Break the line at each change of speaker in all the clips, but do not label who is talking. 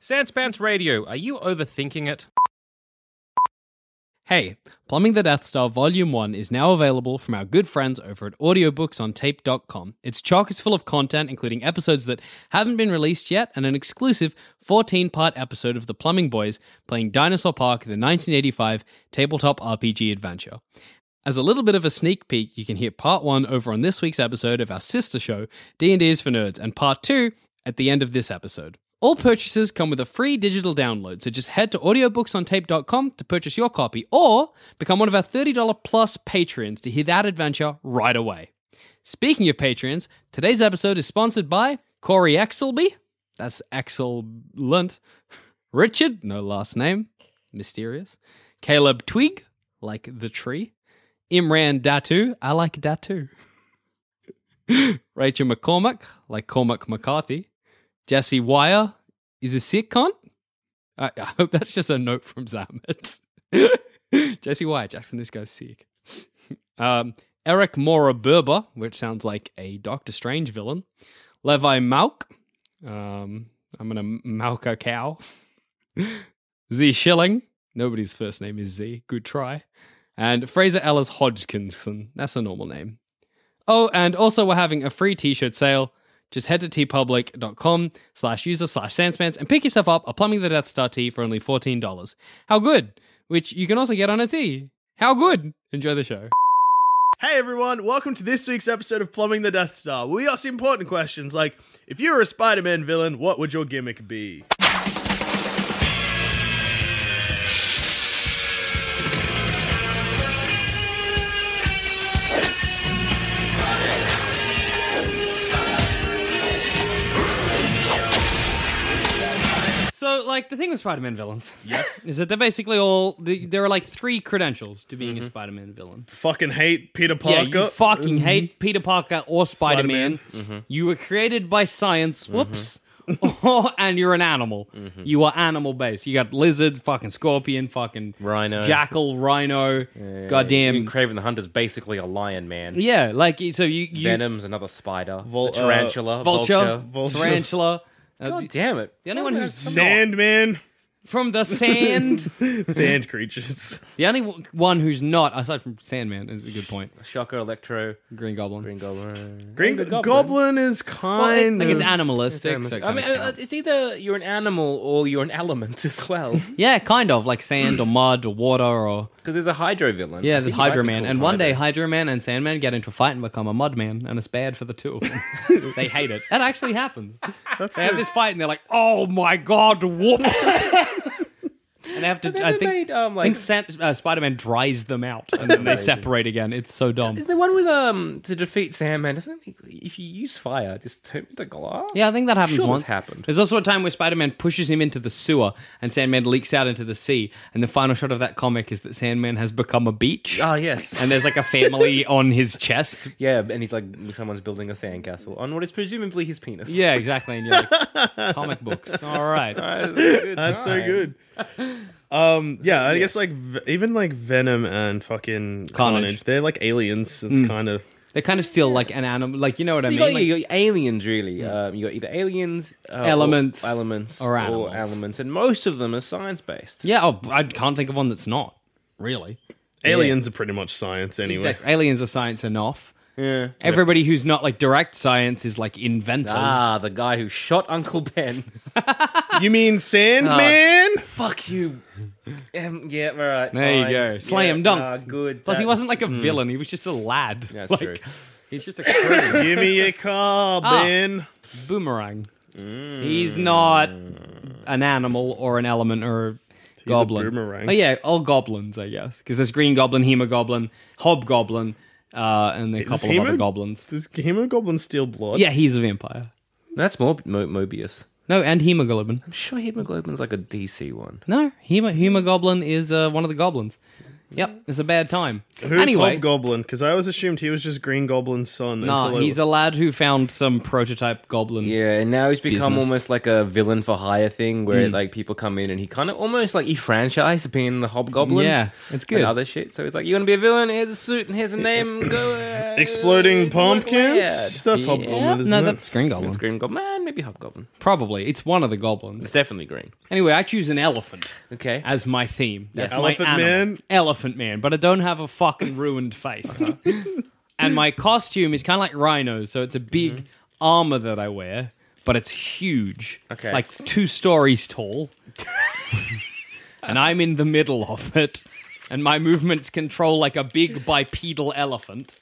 Sanspants Radio, are you overthinking it?
Hey, Plumbing the Death Star Volume 1 is now available from our good friends over at audiobooksontape.com. It's chock is full of content, including episodes that haven't been released yet and an exclusive 14 part episode of The Plumbing Boys playing Dinosaur Park, the 1985 tabletop RPG adventure. As a little bit of a sneak peek, you can hear part 1 over on this week's episode of our sister show, D&D is for Nerds, and part 2 at the end of this episode. All purchases come with a free digital download, so just head to audiobooksontape.com to purchase your copy or become one of our $30 plus patrons to hear that adventure right away. Speaking of patrons, today's episode is sponsored by Corey Axelby. That's excellent. Richard, no last name, mysterious. Caleb Twig, like the tree. Imran Datu, I like Datu. Rachel McCormack, like Cormac McCarthy. Jesse Wire is a sitcom. I, I hope that's just a note from Zamet. Jesse Wire, Jackson, this guy's sick. Um, Eric Mora Berber, which sounds like a Doctor Strange villain. Levi Malk. Um, I'm going to Malk a cow. Z Schilling. Nobody's first name is Z. Good try. And Fraser Ellis Hodgkinson. That's a normal name. Oh, and also we're having a free t-shirt sale. Just head to tpublic.com slash user slash sanspants and pick yourself up a Plumbing the Death Star tee for only $14. How good? Which you can also get on a tee. How good? Enjoy the show.
Hey everyone, welcome to this week's episode of Plumbing the Death Star. We ask important questions like if you were a Spider Man villain, what would your gimmick be?
So, like, the thing with Spider-Man villains... Yes? Is that they're basically all... The, there are, like, three credentials to being a Spider-Man villain.
Fucking hate Peter Mm-hmm. Parker. Mm-hmm.
Yeah, you fucking hate Peter Parker or Spider Man.
Spider-Man. Mm-hmm.
You were created by science. Whoops. and you're an animal. You are animal based. You got lizard, fucking scorpion, fucking
Rhino.
jackal, rhino, goddamn.
Craven the Hunter's basically a lion man.
yeah, like so you, you
Venom's another spider.
Vol-
a tarantula.
vulture,
uh, Vulture.
tarantula. uh,
God damn it.
the only one who's
Sandman.
from the sand.
Sand creatures.
the only w- one who's not, aside from Sandman, is a good point.
Shocker, Electro,
Green Goblin.
Green Goblin.
Green
He's a
Goblin. is
Well, it-
kind
like
of.
it's animalistic. so it
I mean,
kinda
uh,
counts.
it's either you're an animal or you're an element as well.
yeah, kind of like sand or mud or water or
Because there's a Hydro villain.
Yeah,
I
there's
think he might be
Hydra Man.
called
And one
Hydra.
day, Hydra Man and Sandman get into a fight and become a Mud Man, and it's bad for the two of them. they hate it. That actually happens. they have this fight, and they're like, oh my god, whoops. and they have to,
Have they
I
ever
think,
made, um,
I think San-
like-
uh, Spider Man dries them out, and then they separate again. It's so dumb.
Is there one with um to defeat Sandman? Doesn't he, if you use fire, just turn the glass?
Yeah, I think that happens
Sure,
once.
This happened.
There's also a time where Spider-Man pushes him into the sewer, and Sandman leaks out into the sea. And the final shot of that comic is that Sandman has become a beach.
Oh, yes.
and there's like a family on his chest.
Yeah, and he's like, someone's building a sandcastle on what is presumably his penis.
Yeah, exactly. And you're like, comic books. All right.
That's
That's so good. Um, yeah, I guess like v- even like Venom and fucking
Carnage.
Carnage, they're like aliens. It's kind of
They kind of still like an animal. Like, you know what I
So Mm. you
mean?
got,
Like,
you got aliens, really.
Mm.
Um, you got either aliens, uh, or
Elements.
elements, Oh,
Or animals.
elements, and most of them are science based.
yeah, oh, I can't think of one that's not, really.
aliens are pretty much science anyway.
Exactly. Aliens are science enough. Everybody who's not like direct science is like inventors.
Ah, the guy who shot Uncle Ben.
You mean Sandman?
Fuck you. Um, yeah, all right.
There you
fine.
go.
Yeah,
Slam dunk.
ah, good.
Plus, he
That-
wasn't like a villain. He was just a lad.
Mm. That's
like,
true. He's just a crew. Ah.
Give me your car, Ben.
Boomerang.
Mm.
He's not an animal or an element or a goblin.
boomerang.
But yeah, all goblins, I guess. Because there's Green Goblin, Hemogoblin, Hobgoblin, uh, and a couple of
Hemo-
other goblins.
Does Hemogoblin steal blood?
Yeah, he's a vampire.
That's Mo- Mo- Mobius.
No, and Hemoglobin.
I'm sure hemoglobin's like a DC one.
No, Hemo- Hemogoblin is uh, one of the goblins. Yep, it's a bad time.
Who's
anyway,
Hobgoblin? Because I always assumed he was just Green Goblin's son.
nah,
until I-
he's a lad who found some prototype goblin.
Yeah, and now he's become
Business. Hmm.
almost like a villain for hire thing where like people come in and he kind of almost like he franchised being the hobgoblin.
Yeah, it's good.
And other shit. So he's like, you want to be a villain? Here's a suit and here's a name. Go. Uh,
Exploding
go work
pumpkins?
hard."
That's
Yeah,
Hobgoblin, isn't
no,
it?
that's Green Goblin.
It's Green Goblin, maybe Hobgoblin.
Probably. It's one of the goblins.
It's definitely green.
Anyway, I choose an elephant
Okay.
as my theme. That's my
Elephant
animal.
Man?
Elephant Man, but I don't have a fucking ruined face. and my costume is kind of like rhinos, so it's a big armor that I wear, but it's huge.
Okay.
Like two stories tall. and I'm in the middle of it. And my movements control like a big bipedal elephant.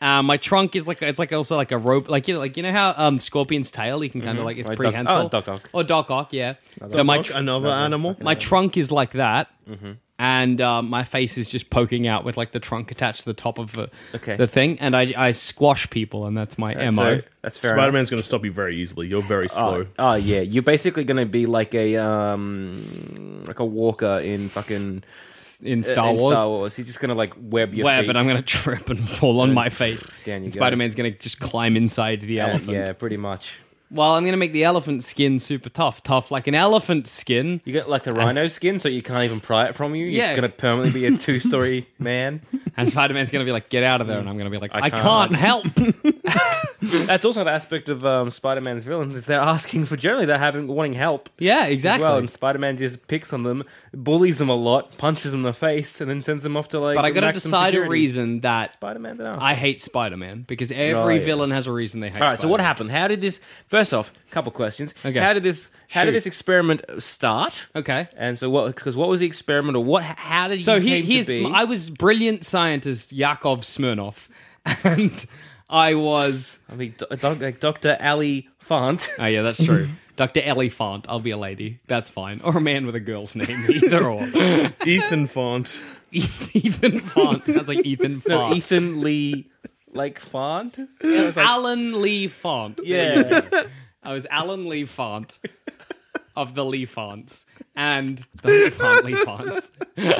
Uh, my trunk is like it's like also like a rope, like you know, like you know how um, Scorpion's tail, you can kind of like it's
Like Doc-
prehensile.
oh, Doc Ock.
Or Doc Ock, yeah. so my
Fuck,
tr-
another animal.
my trunk is like that,
Mm-hmm.
and uh, my face is just poking out with like the trunk attached to the top of the,
Okay.
the thing, and I, I squash people, and that's my mo.
So that's fair.
Spider
enough.
Man's going to stop you very easily. You're very slow.
Oh, oh, yeah, you're basically going to be like a um, like a walker in fucking
in Star
in
Wars.
Star Wars. He's just going to like web your
Where,
feet.
but I'm gonna trip and fall on my face.
Down you go.
Spider Man's gonna just climb inside the
yeah,
elephant.
yeah, pretty much.
Well, I'm gonna make the elephant skin super tough, tough like an elephant skin.
You got like the rhino skin, so you can't even pry it from you. You're
Yeah.
going to permanently be a two story man.
And Spider Man's gonna be like, "Get out of there!" And I'm gonna be like, "I,
can't."
can't help."
That's also an aspect of um, Spider Man's villains is they're asking for generally they're having wanting help.
yeah,
As
exactly.
well, Oh, and Spider Man just picks on them, bullies them a lot, punches them in the face, and then sends them off to like.
but I gotta
maximum
decide a
security.
reason that
Spider Man did
I hate Spider Man because every
Right.
villain has a reason they hate.
All right. So what
Spider-Man.
happened? How did this? First off, couple questions.
Okay.
How did this? How
Shoot.
did this experiment start?
Okay.
And so what? Because what was the experiment, or what? How did
So
you
he,
came
he's.
to be?
I was brilliant scientist Yakov Smirnov, and I was.
I mean, do, doc, like Doctor Ali Fant.
Oh yeah, that's true. Doctor Elephant. I'll be a lady. That's fine, or a man with a girl's name. Either or.
Ethan Font.
Ethan Font. That's like Ethan
No,
Font.
Ethan Lee, like Fant.
Alan Lee Font.
Yeah.
I was Alan Lee Font of the Lee Fonts and the Lee Font Lee Fonts.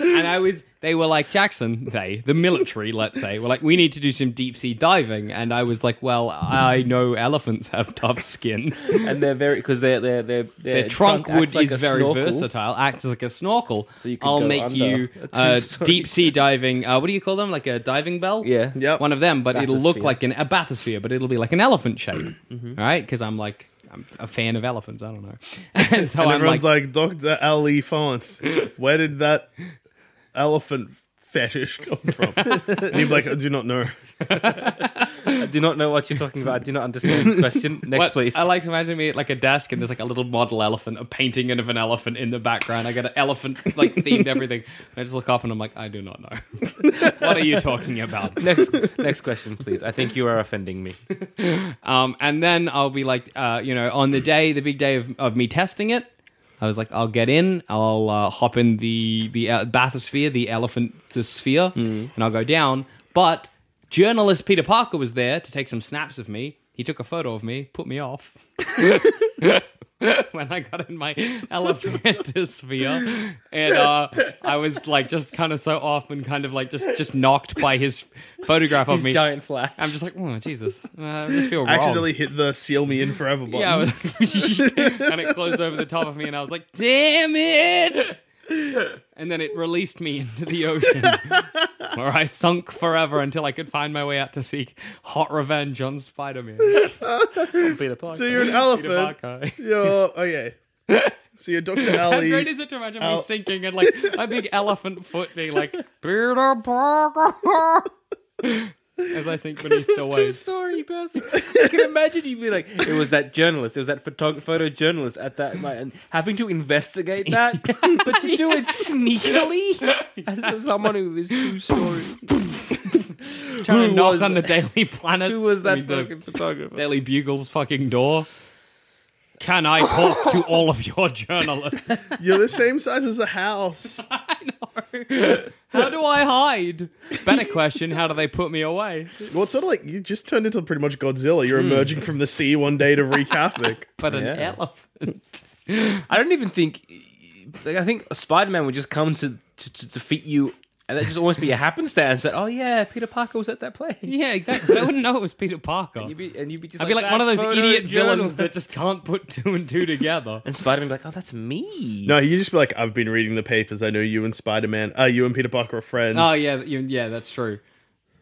and I was, they were like, Jackson, they, the military, let's say, were like, we need to do some deep sea diving. And I was like, well, I know elephants have tough skin.
and they're very because they're they're they're
Their trunk
acts
wood
like
is
a
very
snorkel.
versatile, acts as like a snorkel.
So you could
I'll
go
make
under
you
a
uh,
two-story-
deep sea diving, uh, what do you call them? Like a diving bell?
Yeah.
Yep.
one of them, but it'll look
Bathysphere. Mm-hmm.
like an, a bathysphere, but it'll be like an elephant shape, right? Because I'm like I'm a fan of elephants. I don't know, and
And
so I'm like,
everyone's like, Dr. Ali Font. Where did that elephant fetish come from? and he'd be like, I do not know.
I do not know what you're talking about. I do not understand this question. Next,
what-
please.
I like to imagine me at like a desk, and there's like a little model elephant, a painting of an elephant in the background. I got an elephant like themed everything. And I just look up and I'm like, I do not know. what are you talking about?
next next question, please. I think you are offending me.
Um, and then I'll be like, uh, you know, on the day, the big day of, of me testing it, I was like, I'll get in, I'll uh, hop in the the uh, bathysphere, the elephant sphere, and I'll go down. But journalist Peter Parker was there to take some snaps of me. He took a photo of me, put me off. when I got in my elephantosphere, and uh, I was like just kind of so off and kind of like just just knocked by his photograph of me.
Giant flash.
I'm just like, oh Jesus, uh, I just feel wrong.
I accidentally hit the seal me in forever button.
yeah, I was- and it closed over the top of me, and I was like, damn it! And then it released me into the ocean, where I sunk forever until I could find my way out to seek hot revenge on Spider-Man.
Peter Parker.
so you're an
Peter
elephant.
Parker.
You're, okay. So you're E Dr.
How
Ali.
great is it to imagine me
Al-
sinking and like a big elephant foot being like Peter Parker? as I sink beneath
this
the
two
waves.
story person. I can imagine you'd be like, it was that journalist, it was that photog- photojournalist at that night, and having to investigate that, but to do it sneakily as someone who is two stories.
Trying to
Who
knock
was-
on the Daily Planet.
Who was
I
that
mean, the
fucking photographer?
Daily Bugle's fucking door? Can I talk to all of your journalists?
You're the same size as a house.
How do I hide? Better question, how do they put me away?
Well, it's sort of like you just turned into pretty much Godzilla. You're emerging from the sea one day to wreak havoc.
Hmm. But an
Yeah.
elephant.
I don't even think. Like, I think Spider Man would just come to, to, to defeat you, and that just almost be a happenstance that, oh yeah, Peter Parker was at that play.
Yeah, exactly. They wouldn't know it was Peter Parker.
You'd be, and you'd be just
I'd be like, one of
"That
those idiot villains
photojournalist."
that just can't put two and two together.
And Spider Man be like, oh, that's me.
No, you just be like, I've been reading the papers. I know you and Spider Man, uh, you and Peter Parker are friends.
Oh yeah, you, yeah, that's true.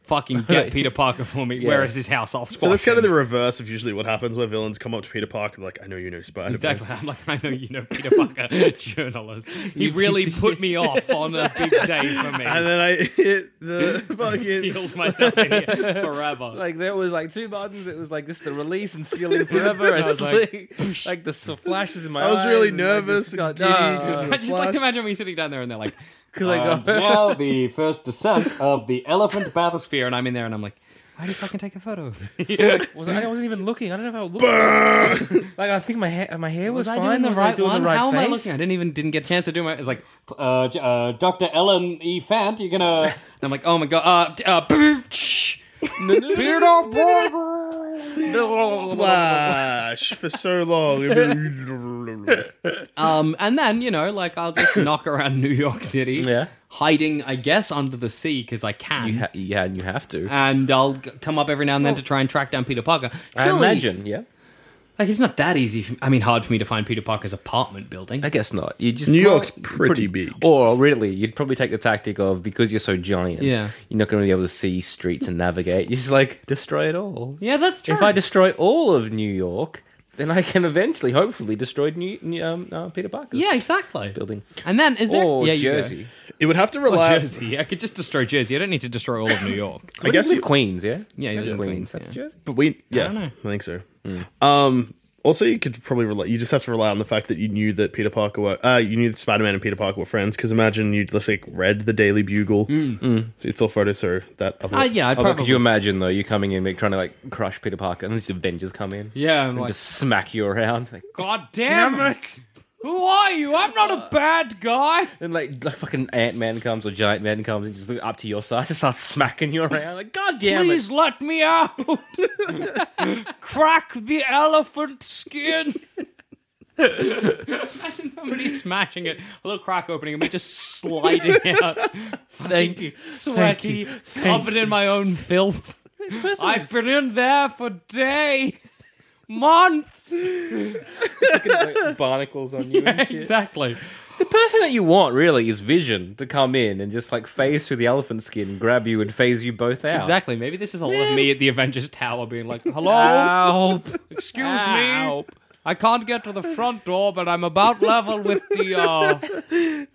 Fucking get Peter Parker for me. Where is his house? I'll squash.
So that's kind of
him.
the reverse of usually what happens where villains come up to Peter Parker like, I know you know Spider Man.
Exactly. I'm like, I know you know Peter Parker, journalist. He really
piece of
put me off on a big day for me.
And then I hit the fucking.
Heals myself in here forever.
Like there was like two buttons. It was like just the release and sealing forever. I
was
was
like,
like, like the s- flashes in my.
I was
eyes,
really
and I just
nervous and
got-
giddy
Ah.
'cause of-
I just like
Flash.
to imagine me sitting down there and they're like,
'Cause I
um,
got-
now the first descent of the elephant bathysphere, and I'm in there and I'm like, why did you fucking take a photo of me?
was I I wasn't even looking. I don't know if I was looking. like I think my hair, my hair
Was
was,
I
fine.
doing the
was
right
I doing
one?
the right
How
face?
am I looking? I didn't even didn't get a chance to do my. It's like, uh, J- uh, Doctor Ellen E. Fant, you're gonna. And I'm like, oh my god, uh, d- uh, pooch. Peter Parker.
Flash for so long.
Um, and then you know, like I'll just knock around New York City,
Yeah.
hiding, I guess, under the sea because I can.
You ha- yeah, and you have to.
and I'll g- come up every now and then to try and track down Peter Parker.
I
Surely-
imagine. Yeah,
Like, it's not that easy. For, I mean, hard for me to find Peter Parker's apartment building.
I guess not. You just
New
well,
York's pretty big.
Or really, you'd probably take the tactic of because you're so giant.
Yeah.
you're not going to be able to see streets and navigate. You just like destroy it all.
yeah, that's true.
If I destroy all of New York, then I can eventually, hopefully, destroy New, New- um, uh, Peter Parker's
yeah, exactly.
building.
And then, is there.
or
yeah, you go.
Jersey.
It would have to
Or
rely.
Jersey. I could just destroy Jersey. I don't need to destroy all of New York.
I guess
you
you.
Queens, yeah?
Yeah, he
he
was in
Queens.
Queens,
That's
yeah.
Jersey.
But we. Yeah, I,
don't know.
think so. Um. Also, you could probably rely. You just have to rely on the fact that you knew that Peter Parker were. Uh, you knew that Spider Man and Peter Parker were friends. Because imagine you just like read the Daily Bugle. Mm. So it's all photos. So that other.
Uh, yeah, I'd
Oh, but
probably.
could you imagine, though, you coming in, like, trying to, like, crush Peter Parker, and these Avengers come in?
Yeah, I'm
And
like,
just smack you around. Like,
God damn it! Who are you? I'm not a bad guy.
and, like, like fucking Ant-Man comes or Giant Man comes and just like, up to your side and starts smacking you around. Like, God damn
Please
it.
let me out. Crack the elephant skin. Imagine somebody smashing it, a little crack opening, and me just sliding out. Thank you. Sweaty, covered in my own filth. I've been in there for days, months.
Fucking, like, barnacles on you and shit.
exactly.
The person that you want, really, is Vision to come in and just, like, phase through the elephant skin, grab you, and phase you both out.
Exactly. Maybe this is a lot of me at the Avengers Tower being like, hello?
Help.
Excuse
Help.
me. I can't get to the front door, but I'm about level with the uh,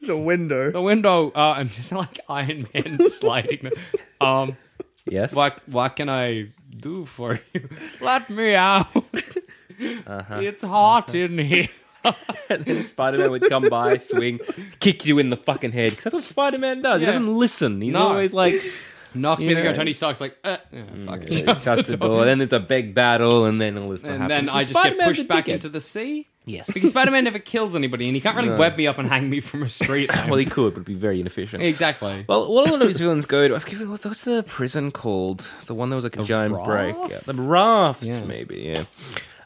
the window.
the window. Uh, I'm just like Iron Man sliding. the- Um,
Yes.
what what can I do for you? Let me out.
Uh-huh.
It's hot in here.
And then Spider Man would come by, swing, kick you in the fucking head. Because that's what Spider Man does. He
Yeah.
doesn't listen. He's
No.
always like,
Knocked me to go.
Yeah. Mm,
Tony Stark's like, uh, yeah, fuck it.
shuts the door. Then there's a big battle, and then all this stuff
And
happens.
then I just get pushed back into the sea.
Yes.
Because Spider Man never kills anybody, and he can't really web me up and hang me from a street.
Well, he could, but it'd be very inefficient.
exactly.
Well, all of those villains go to. I've given- What's what's the prison called? The one that was like a giant
Raft?
break. Yeah, the raft,
Yeah.
maybe. Yeah.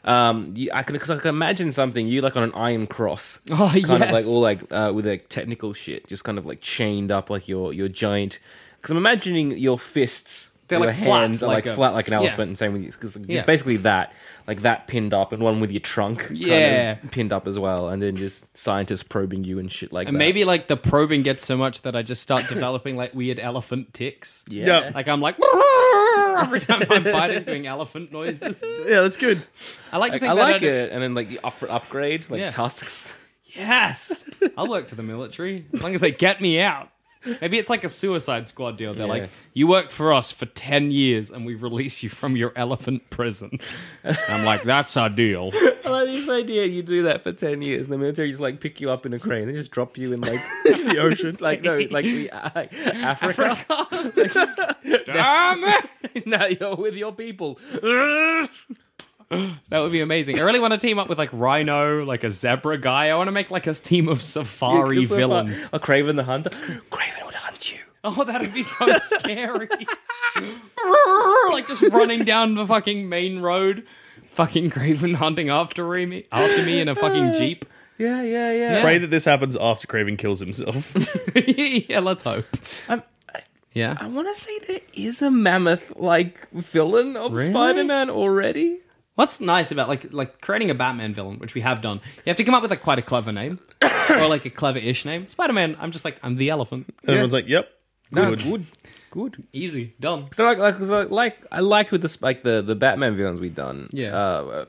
Um, you, I can because I can imagine something you like on an iron cross,
Oh,
kind of
yes.
like all like uh, with like technical shit, just kind of like chained up like your your giant. Because I'm imagining your fists,
They're,
your
like, flat,
hands are
like
like,
a-
flat like an
yeah.
elephant, and same with you because
Yeah.
just basically that, like that pinned up, and one with your trunk, kind of
Yeah.
pinned up as well, and then just scientists probing you and shit like
And
that.
maybe like the probing gets so much that I just start developing like weird elephant ticks.
yeah.
Yeah.
Like I'm like "Brrr," every time I'm fighting doing elephant noises.
Yeah, that's good.
I like to
Like,
think
I
that
like
I'd-
it, and then like you up for upgrade, like
Yeah.
tusks.
Yes, I'll work for the military as long as they get me out. Maybe it's like a Suicide Squad deal. They're
Yeah.
like, you work for us for 10 years and we release you from your elephant prison. And I'm like, that's our deal.
I like this idea. You do that for ten years, and the military just like pick you up in a crane. They just drop you in like the ocean. It's like no, like the uh, Africa.
Damn it!
now you're with your people.
That would be amazing. I really want to team up with like Rhino, like a zebra guy. I want to make like a team of safari
Because so far-
villains.
Oh, Craven the Hunter. Craven would hunt you.
Oh, that would be so scary. like just running down the fucking main road, fucking Graven hunting after me, after me in a fucking jeep.
Yeah, yeah, yeah.
Pray that this happens after Craven kills himself.
yeah, let's hope.
I'm, I,
Yeah.
I want to say there is a mammoth like villain of
Really?
Spider-Man already.
What's nice about like like creating a Batman villain, which we have done, you have to come up with like quite a clever name or like a clever-ish name. Spider-Man, I'm just like I'm the elephant.
And everyone's like, "Yep,
No,
good."
good, good.
Easy, done.
So like, like, so like, like I liked with the like the the Batman villains we done.
Yeah.
uh,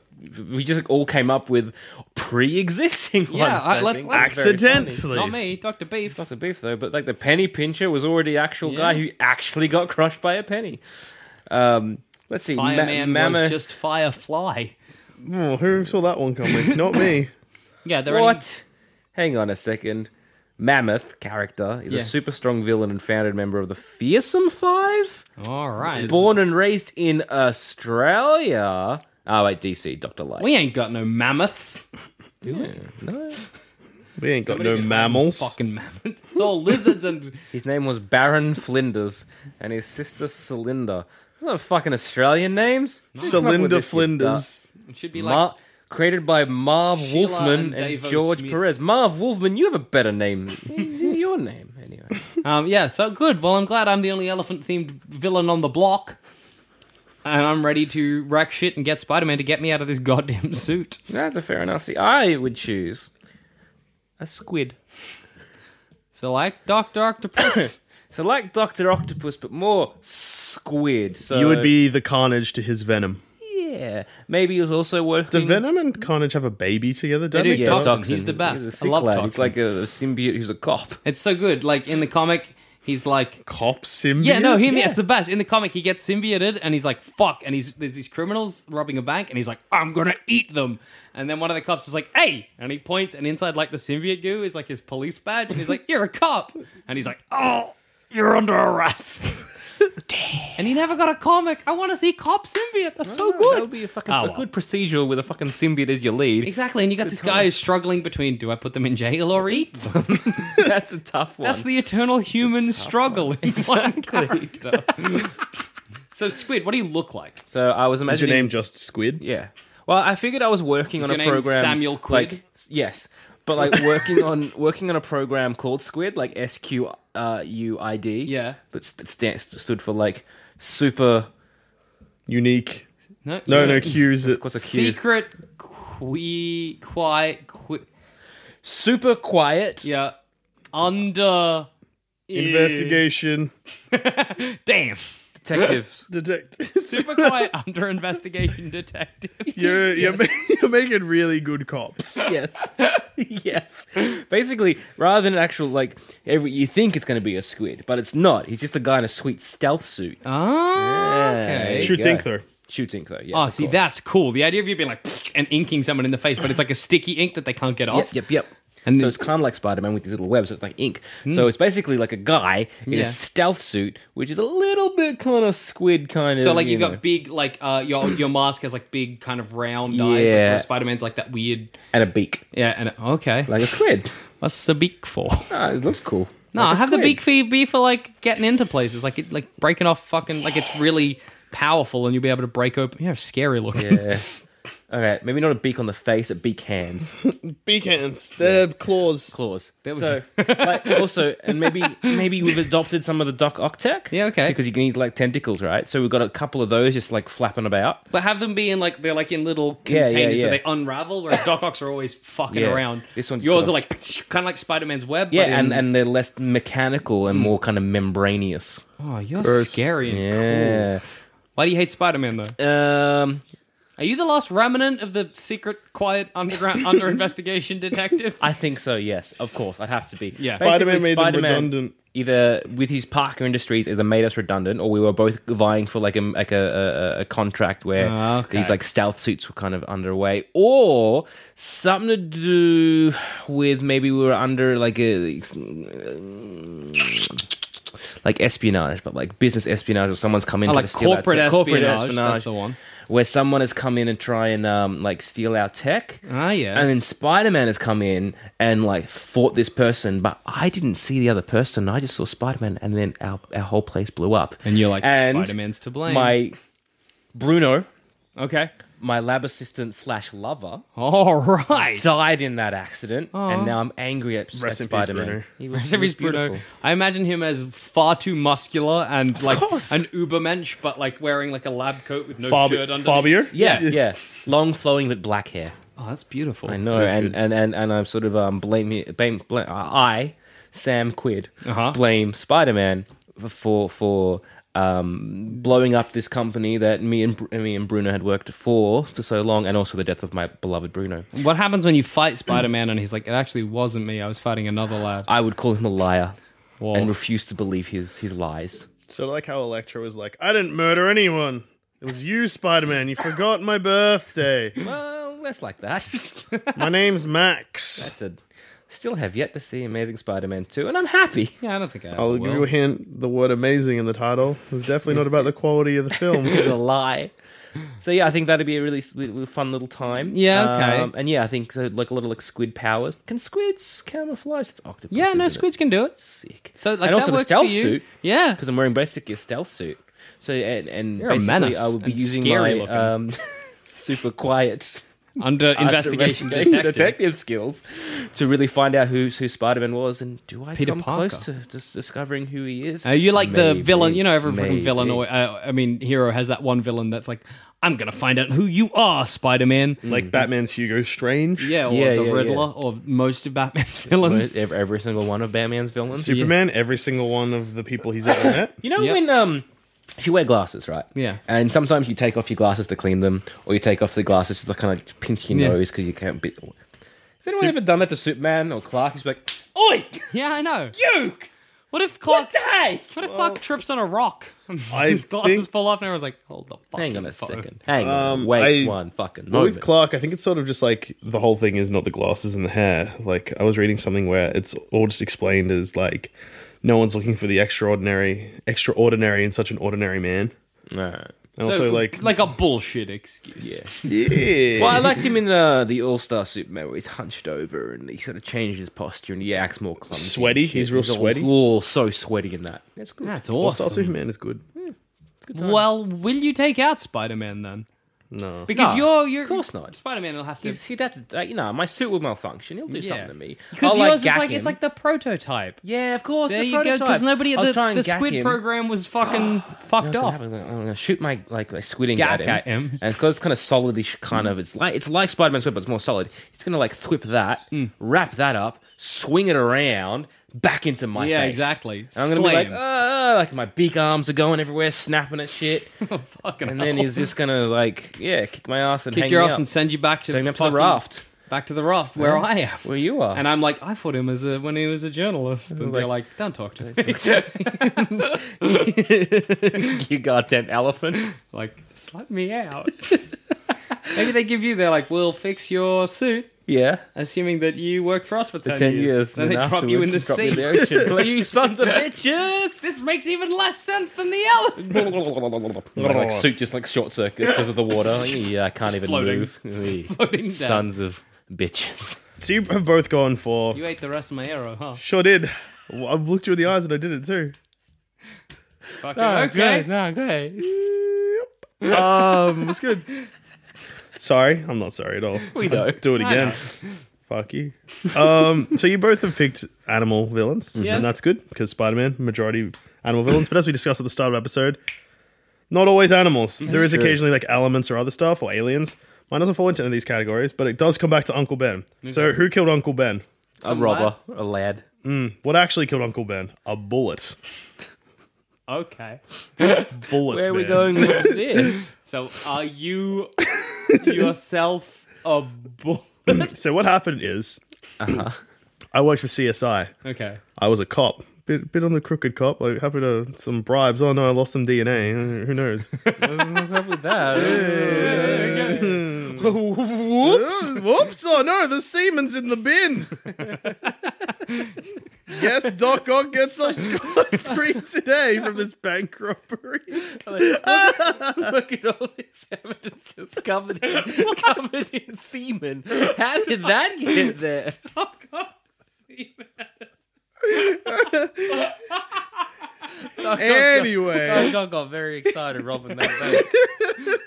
we just all came up with pre-existing ones.
Yeah, I-
I
let's-
think.
let's-
That's very funny.
Accidentally,
Not me, Doctor Beef.
That's a beef though, but like the penny pincher was already actual guy who actually got crushed by a penny. Um, let's see, Ma-
Fireman
mammoth.
was just Firefly.
Oh, who saw that one coming? Not me.
Yeah, there are
What? Hang on a second. Mammoth character is
Yeah.
a super strong villain and founded member of the Fearsome Five.
any- All right.
Born and raised in Australia. Oh wait, DC, Doctor Light.
we ain't got no mammoths.
We ain't got no mammals.
Fucking mammoths. It's all lizards and
His name was Baron Flinders, and his sister Celinda. Those are fucking Australian names.
Cylinder
This, you
Flinders.
it should be
duck.
like
Mar- created by Marv
Sheila
Wolfman
and
and,
Davo
George
Smith.
Perez. Marv Wolfman, you have a better name. It's your name, anyway.
um yeah, so good. Well, I'm glad I'm the only elephant themed villain on the block. And I'm ready to wreck shit and get Spider-Man to get me out of this goddamn suit.
That's a fair enough. See, I would choose a squid.
So like Doctor Octopus.
So like Doctor Octopus, but more squid. So
You would be the Carnage to his Venom.
yeah. Maybe he was also
Do
working.
Venom and Carnage have a baby together?
They
Don't
do,
they?
Toxin,
Toxin.
he's the best.
He's a
I
sick
love
lad.
Toxin.
He's like a symbiote who's a cop.
it's so good. Like in the comic, he's like
Cop symbiote.
Yeah, no, him. It's the best. In the comic, he gets symbioted, and he's like, "Fuck!" And he's there's these criminals robbing a bank, and he's like, "I'm gonna eat them." And then one of the cops is like, "Hey!" And he points, and inside, like the symbiote goo is like his police badge, and he's like, "You're a cop," and he's like, "Oh, you're under arrest." And he never got a comic. I want to "Ah, see cop symbiote. That's so good.
That would be a fucking
Oh,
a
well.
good procedural with a fucking symbiote as your lead.
Exactly, and you got this guy who's struggling between do I put them in jail or eat them?
That's a tough one.
That's the eternal human struggle. in one character. so, Squid, what do you look like?
so I was
Is your
imagining.
name just Squid?
Yeah. Well, I figured I was working
Is your
on a
name
program.
Samuel Quid?
like- yes, but like working on working on a program called Squid, like S Q uh, U I D.
Yeah.
but st- st- stood for like super.
Unique.
No,
No, no, Q's. it.
What's a Q?
Secret qui qui qui
Super quiet.
yeah under
Investigation.
damn
Detectives.
Detect.
super quiet under investigation detective.
You're, you're, ma- you're making really good cops.
yes. yes. Basically, rather than an actual like every you think it's going to be a squid, but it's not. He's just a guy in a sweet stealth suit.
Ah,
Yeah, there
okay.
you
Shoots
go.
ink through.
Shoots ink though. Yes,
Oh,
of
see,
course.
that's cool. The idea of you being like and inking someone in the face, but it's like a sticky ink that they can't get off.
Yep, yep, yep.
And
so
the-
it's kind of like Spider Man with these little webs. So it's like ink. So it's basically like a guy in
Yeah.
a stealth suit, which is a little bit kind of squid kind of.
So like
you
you've
know.
got big like uh your your mask has like big kind of round eyes. Like,
Yeah.
where Spider-Man's like that weird.
and a beak
Yeah, and okay,
like a squid.
what's the beak for?
Ah, it looks cool.
No,
Like a
have the
squid.
big fee be for like getting into places, like it, like breaking off fucking like it's really powerful, and you'll be able to break open. Yeah, scary looking.
Yeah. Okay, maybe not a beak on the face, a beak hands,
Beak hands. They're claws.
claws.
we
so, like, also, and maybe maybe we've adopted some of the Doc Ock tech.
Yeah, okay.
Because you can eat like tentacles, right? So we've got a couple of those just like flapping about.
But have them be in like they're like in little
Yeah, yeah,
containers, so
yeah.
they unravel. Whereas Doc Ock's are always fucking
Yeah.
around.
This one's
yours
got
are
a-
like kind of like Spider Man's web.
Yeah,
but
and
in-
and they're less mechanical and more kind of membraneous.
oh, you're scary and
Yeah. Uh,
cool. Why do you hate Spider Man though?
Um,
Are you the last remnant of the secret, quiet, underground, under investigation detectives?
I think so. Yes, of course, I'd have to be.
Yeah.
Basically,
Spider-Man made them
Spider-Man
redundant.
Either with his Parker Industries, either made us redundant, or we were both vying for like a like a, a, a contract where
Ah, okay.
these like stealth suits were kind of underway, or something to do with maybe we were under like a like espionage, but like business espionage, or someone's come in
Oh,
to
like
steal our
corporate
tech.
espionage, that's the one.
where someone has come in and try and um, like steal our tech.
Ah, yeah.
And then Spider Man has come in and like fought this person, but I didn't see the other person. I just saw Spider Man, and then our our whole place blew up.
And you're like,
And
"Spider-Man's to blame."
My Bruno,
okay.
my lab assistant slash lover,
All right.
died in that accident, and now I'm angry at,
Rest in peace,
Spider
Bruno.
Man.
Except he's Bruno. I imagine him as far too muscular and like
course.
an ubermensch, but like wearing like a lab coat with no shirt
Fab-
under.
Fabio?
Yeah, yeah. Long flowing with black hair.
Oh, that's beautiful.
I know, and, and, and, and I'm sort of um blame, blame, blame I Sam Quid
Uh-huh.
blame Spider Man for for um blowing up this company that me and Br- me and Bruno had worked for for so long, and also the death of my beloved Bruno.
What happens when you fight Spider Man and he's like, it actually wasn't me. I was fighting another lab.
I would call him a liar and refuse to believe his his lies.
So like how Electro was like, I didn't murder anyone. It was you, Spider Man. You forgot my birthday.
Well, less like that.
My name's Max.
That's a, still have yet to see Amazing Spider Man two, and I'm happy.
Yeah, I don't think I.
I'll
ever
give
will.
you a hint. The word "amazing" in the title is definitely not about the quality of the film.
It's a lie. So yeah, I think that'd be a really s- little fun little time.
Yeah, okay.
um, and yeah, I think so. Like a little like squid powers. Can squids camouflage? It's octopus.
Yeah, no,
isn't it?
squids can do it.
Sick.
So like
and
that
also the
works
stealth
for you.
suit
Yeah.
because I'm wearing basically a stealth suit. So and and
You're a
basically
menace
I would be
and
using
scary
my
looking.
um, super quiet
Under investigation detective.
detective skills to really find out who who Spider Man was and do I
Peter
come close
Parker.
to just discovering who he is?
Uh, you like the
Maybe,
villain? You know, every freaking villain,
maybe.
or uh, I mean, hero has that one villain that's like, I'm gonna find out who you are, Spider Man.
like Batman's Hugo Strange.
Yeah, or
Yeah,
the
yeah, yeah.
Riddler, or most of Batman's villains.
Every, every single one of Batman's villains.
Superman, every single one of the people he's ever met.
You know
Yep.
when um if you wear glasses, right?
Yeah.
And sometimes you take off your glasses to clean them, or you take off the glasses to kind of pinch your
Yeah.
nose because you can't be. Has anyone ever done that to Superman or Clark? He's like, "Oi,
Yeah, I know.
you,
What if Clark?
what the heck?"
What if Clark trips on a rock?
I
His glasses
think-
fall off, and everyone's like, "Hold the fucking
Hang on a
phone.
second. Hang on.
Um,
Wait one fucking
Well,
moment.
With Clark, I think it's sort of just like the whole thing is not the glasses and the hair. Like I was reading something where it's all just explained as like no one's looking for the extraordinary, extraordinary in such an ordinary man.
No.
And also like,
like a bullshit excuse.
yeah,
Well, I liked him in uh, the All Star Superman where he's hunched over and he sort of changes his posture and he acts more clumsy. and
Sweaty?
shit.
He's real
all-
sweaty?
Oh, so sweaty in that. That's good.
That's
All-Star
awesome.
Superman is good.
Well, will you take out Spider Man then?
No,
Because
No,
you're, you're
of course not.
Spider Man will have to.
He's, he'd have to, uh, you know, my suit will malfunction. He'll do something to me.
Because
I'll, like,
yours is
gack
like it's
him.
like the prototype.
Yeah, of course.
There
the
you go. Because
prototype.
nobody
I'll
the,
try and
the
gag
squid
him.
program was fucking
You
fucked
know,
off.
I'm gonna- I'm gonna shoot my like, like squidding
Gag
at him,
at him.
and because it's kind of solid ish kind of it's like it's like Spider Man's web, but it's more solid. It's gonna like thwip that,
Mm.
wrap that up, swing it around back into my
Yeah,
face.
exactly.
And I'm gonna
Slay
be like,
him.
"Ah," like my big arms are going everywhere, snapping at shit,
Fucking
and then
hell.
he's just gonna like yeah, kick my ass and
kick
hang
your
me
ass
up.
and send you back to
Send me
the,
up to the
fucking-
raft.
Back to the raft where I am.
where you are.
And I'm like, I fought him as a, when he was a journalist. And they're like, don't talk to me.
you goddamn elephant.
like, just let me out. Maybe they give you, they're like, we'll fix your suit,
Yeah.
assuming that you worked for us for 10,
For 10 years.
Then they
and
drop you in the
afterwards drop me
sea.
in the ocean. Like, you sons of bitches!
this makes even less sense than the elephant.
my like, suit just like short circuits because of the water. Yeah, I can't even
floating.
move.
Floating down.
Sons of bitches.
so you have both gone for.
You ate the rest of my arrow, huh?
Sure did. Well, I looked you in the eyes and I did it too.
Fucking okay.
no, great.
Um, it's good. Sorry, I'm not sorry at all.
We know.
Do it again. Fuck you. Um, so you both have picked animal villains,
Yeah.
and that's good because Spider-Man majority animal villains. But as we discussed at the start of the episode, not always animals. there is occasionally like elements or other stuff or aliens. Mine doesn't fall into any of these categories, but it does come back to Uncle Ben. So who killed Uncle Ben? Hmm.
A robber, a lad.
What actually killed Uncle Ben? A bullet.
Okay.
Bullet.
Where are we
man.
going with this?
So are you
yourself a bullet.
so what happened is, I worked for CSI.
Okay.
I was a cop. Bit, bit on the crooked cop. Like happy to some bribes. Oh no, I lost some DNA. Uh, Who knows?
What's up with that?
Whoops! Whoops! Oh no, the semen's in the bin. yes, Doc Ock gets off scot free today from his bank robbery.
Look at all this evidence that's covered in, covered in semen. How did that get there?
Anyway,
I got, got very excited robbing that bank.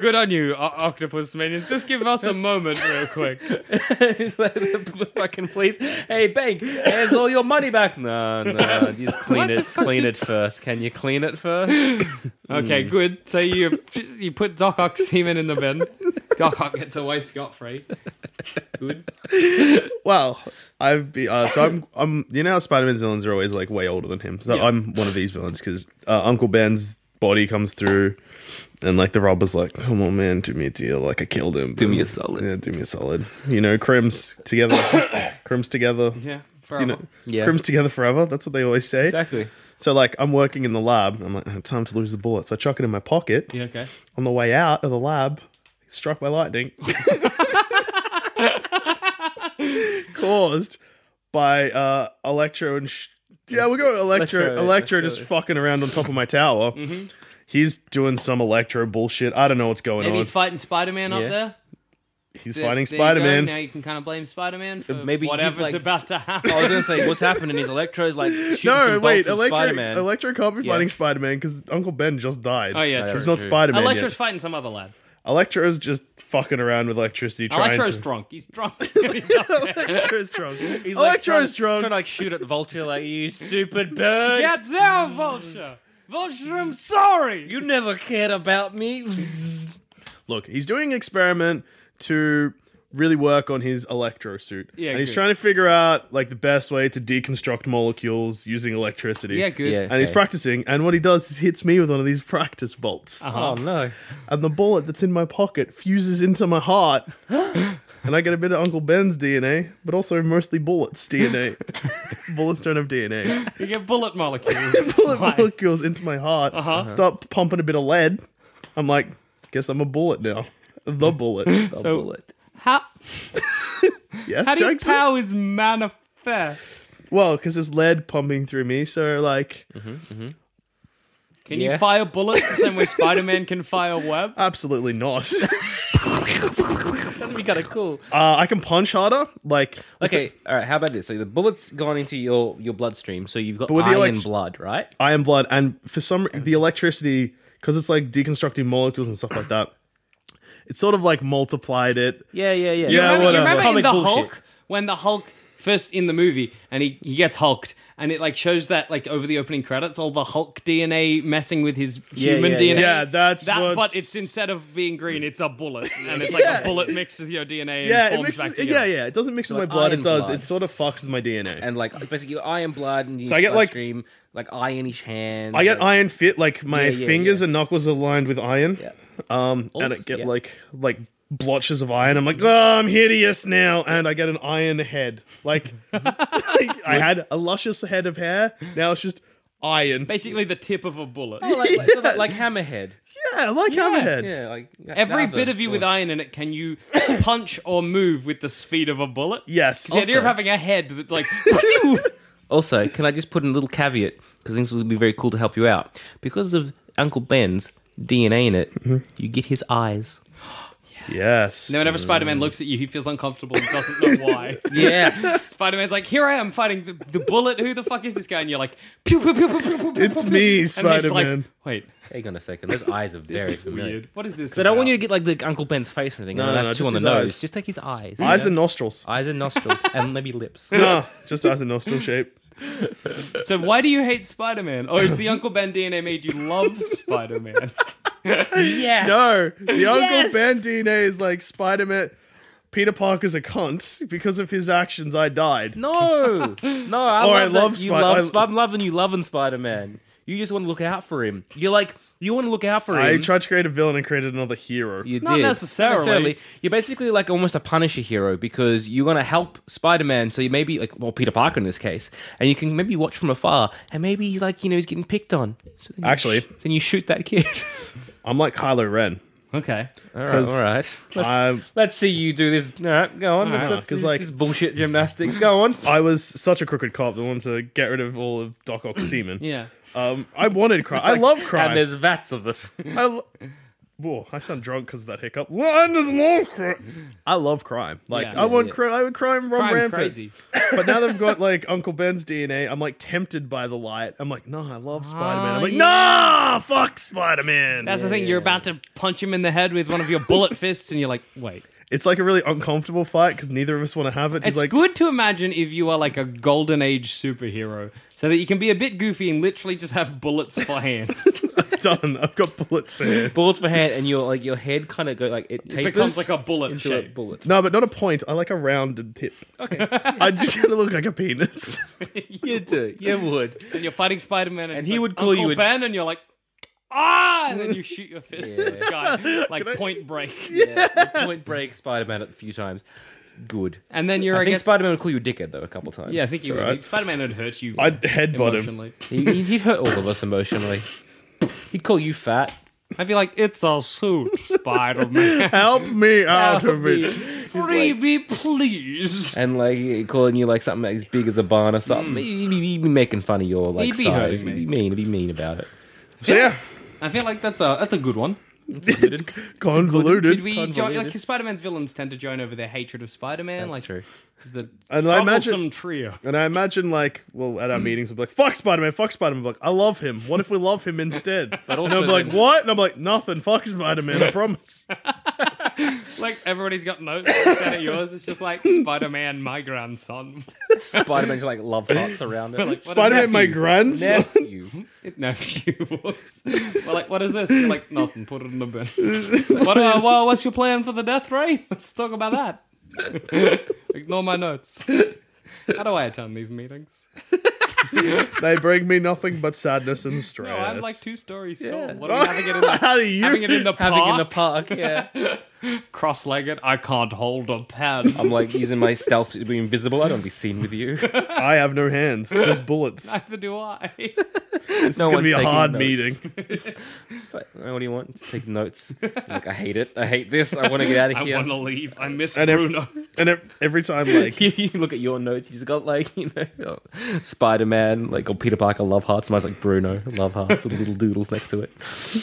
Good on you, o- octopus minions. Just give us a moment, real quick.
It's like the fucking police. Hey, bank, here's all your money back. No, no, just clean it. Clean it first. Can you clean it first? Hmm.
Okay, good. So you you put Doc Ock semen in the bin. Doc Ock gets away scot free. Good.
well, I've be uh, so I'm I'm you know how Spider-Man's villains are always like way older than him. So I'm one of these villains because uh, Uncle Ben's body comes through, and like the robber's like, "Come on, man, do me a deal. Like I killed him. Do
me a solid.
Yeah, do me a solid. You know, crims together, crims together.
Yeah.
You know,
Yeah.
crims together forever. That's what they always say.
Exactly.
So like I'm working in the lab. I'm like, "Oh, time to lose the bullet. So I chuck it in my pocket.
Yeah, okay.
On the way out of the lab, struck by lightning. Caused by uh electro and sh- yeah, we'll go electro. Electro,
Electro,
just fucking around on top of my tower.
Mm-hmm.
He's doing some electro bullshit. I don't know what's going
Maybe
on.
he's fighting Spider Man
Yeah.
up there.
He's
There-
fighting
there you go.
Spider
Now
Man.
you can kind of blame Spider Man for
Uh, maybe
maybe
he's
whatever's
like-
about to happen.
I was gonna say, what's happening is Electro's like shooting
No,
some
wait,
bolts at
Electro,
Spider-Man.
Electro can't be fighting Spider Man because Uncle Ben just died.
Oh, yeah,
he's
true,
not Spider Man.
Electro's fighting some other lad.
Electro's just fucking around with electricity. Trying
Electro's
to-
drunk. He's drunk. He's up there.
Electro's drunk.
He's like
Electro's
trying,
drunk.
Trying to like shoot at Vulture, like you stupid bird.
Get down, Vulture. Vulture, I'm sorry.
You never cared about me.
Look, he's doing an experiment to really work on his electro suit.
Yeah,
and he's
good.
trying to figure out like the best way to deconstruct molecules using electricity.
Yeah, good.
Yeah.
And he's
Okay.
practicing, and what he does is hits me with one of these practice bolts,
Oh no!
and the bullet that's in my pocket fuses into my heart, and I get a bit of Uncle Ben's DNA, but also mostly bullets DNA. bullets don't have DNA.
You get bullet molecules.
bullet molecules into my heart.
Uh-huh.
Start pumping a bit of lead. I'm like, guess I'm a bullet now. The bullet.
So-
bullet.
how
yes,
how do your
Jackson?
powers manifest?
Well, because there's lead pumping through me, so like,
Can you fire bullets the same way Spider Man can fire web?
absolutely not.
That'd be kind of cool.
uh, I can punch harder, like,
Okay, all right. How about this? So the bullet's gone into your your bloodstream, so you've got
with the
iron
elect-
blood, right?
iron blood, and for some the electricity, because it's like deconstructing molecules and stuff like that. It's sort of like multiplied it.
Yeah, yeah, yeah.
Yeah,
remember, you
whatever.
remember in
Comic
the
bullshit.
Hulk when the Hulk first in the movie and he, he gets hulked and it like shows that like over the opening credits all the Hulk DNA messing with his
Yeah,
human
yeah,
DNA.
Yeah, that's
that,
what's-
but it's instead of being green, it's a bullet, and it's like
Yeah.
a bullet mixes with your DNA. And
Yeah, it
forms
mixes,
back
yeah,
together.
yeah. It doesn't mix with
Like
my blood. It
iron
does.
blood.
It sort of fucks with my DNA.
and like basically your iron blood and your
I get, like-
bloodstream, like ironish hands.
I get
like,
iron fit, like my
Yeah, yeah,
fingers
yeah.
and knuckles are lined with iron.
Yeah.
Um, and I
Oops,
get
yeah.
like like blotches of iron. I'm like, oh, I'm hideous now, and I get an iron head. Like, like, I had a luscious head of hair. Now it's just iron.
Basically, the tip of a bullet.
Oh, like, like-
uh,
like, hammerhead.
Yeah, I like hammerhead.
Yeah, like
Every
that
bit
other Oh,
of you
one.
with iron in it, can you punch or move with the speed of a bullet?
Yes.
The idea of
Also-
having a head that like
Also, can I just put in a little caveat because this would be very cool to help you out because of Uncle Ben's DNA in it.
Mm-hmm.
You get his eyes. Mm.
yes.
Now, whenever Spider-Man looks at you, he feels uncomfortable and doesn't know why.
Yes.
Spider-Man's like, "Here I am fighting the, the bullet. Who the fuck is this guy?" And you're like, "Pew pew pew pew pew pew." pew,
It's
pew."
me,
And he's like,
Spider-Man.
Wait,
Hang on a second. Those eyes are
this
very
is
familiar.
weird. What is this?
So I don't want you to get like the Uncle Ben's face or anything. No,
no,
that's
no,
too
just
on the
his
nose.
eyes.
Just take his eyes.
eyes and nostrils.
Eyes and nostrils and maybe lips.
No, just eyes and nostril shape.
about? So why do you hate Spider-Man? Or is the Uncle Ben DNA made you love Spider-Man?
Yes.
No, the
Yes!
Uncle Ben DNA is like Spider Man. Peter Parker's a cunt because of his actions. I died.
No, no. I love,
Or I
that
love
you
Spid-
love.
I-
Sp- I'm loving you, loving Spider Man. You just want to look out for him. You're like, you want to look out for him.
I tried to create a villain and created another hero.
You
Not
did.
necessarily.
You're basically like almost a Punisher hero because you're going to help Spider Man. So you maybe, like, well, Peter Parker in this case, and you can maybe watch from afar and maybe, like, you know, he's getting picked on. So then you
Actually-
sh- then you shoot that kid. Uh,
I'm like Kylo Ren.
Okay.
all right.
'Cause
All right. Let's,
I'm-
let's see you do this. All right. Go on. Let's,
right,
let's,
'cause,
this,
like-
this is bullshit gymnastics. Go on.
I was such a crooked cop that wanted to get rid of all of Doc Ock's semen.
Yeah.
Um, I wanted crime. I love crime.
And there's vats of it.
I lo- Whoa, I sound drunk because of that hiccup. Well, I just love crime. I love crime. Like
Yeah.
I want crime. I want crime run
Crime
rampant.
crazy.
But now they've got like Uncle Ben's DNA. I'm like tempted by the light. I'm like, nah, I love Spider Man. I'm like,
yeah.
nah, fuck Spider Man.
That's the thing. You're about to punch him in the head with one of your bullet fists, and you're like, wait.
It's like a really uncomfortable fight because neither of us want to have it. He's
It's
like,
good to imagine if you are like a golden age superhero, so that you can be a bit goofy and literally just have bullets for hands.
done. I've got bullets for you.
Bullets for hand, and your like your head kind of go like it tapers
becomes like a bullet
into a
shape.
bullet.
No, but not a point. I like a rounded tip. Okay. I just want to look like a penis.
You do, you would.
and you're fighting Spider Man, and,
And
he's
he
like,
would call
Uncle
you a-
Ben, and you're like, ah, and then you shoot your fist at the sky, like Point Break,
Point Break, Spider Man a few times. Good.
and then you're
I
I,
think
guess
Spider Man would call you a dickhead though a couple times.
yeah, I think you
all right.
Spider Man would hurt you.
I'd headbutt him.
emotionally.
he, he'd hurt all of us emotionally. He'd call you fat.
I'd be like, it's a suit, Spider Man.
Help me out of it.
Free me, please.
And like calling you like something as big as a barn or something. He'd, be, he'd be making fun of your like
He'd be hurting
size. He'd
me.
be mean. He'd be mean about it.
So yeah,
I feel like that's a that's a good one.
it's convoluted.
Did we join? Like, Spider Man's villains tend to join over their hatred of Spider Man.
That's
Like,
true.
is the
And I
troublesome Mm.
imagine-
trio.
And I imagine, like, well, at our meetings, we'd be like, fuck Spider Man, fuck Spider Man. Like, I love him. What if we love him instead? But
also
and I'm like,
then-
what? And I'm like, nothing. Fuck Spider Man, I promise.
Like everybody's got notes instead of yours. It's just like Spider Man, my grandson.
Spider Man's like love hearts around it.
Like, what
Spider Man,
is
my
nephew?
grandson.
Nephew.
nephew. Whoops. Well, like, what is this? You're like nothing. Put it in the bin. what, uh, well, what's your plan for the death ray? Let's talk about that. Ignore my notes. How do I attend these meetings?
they bring me nothing but sadness and stress.
No, Oh, I'm like two stories tall. What are we having it in the,
How do you?
having it in the
Having
park?
in the park, yeah.
Cross-legged. I can't hold a pen.
I'm like using my stealth suit to be invisible. I don't want to be seen with you.
I have no hands, just bullets.
Neither do I.
It's
no
gonna
one's
be a
taking
hard
notes.
meeting.
It's like, "Oh, what do you want? Just take notes. Like, I hate it. I hate this. I want to get out
I
of here.
want to leave. I miss
And every,
Bruno.
and ev- every time, like,
you look at your notes, he's got like, you know, Spider Man, like, or Peter Parker, love hearts. Mine's like Bruno, love hearts, with little doodles next to it.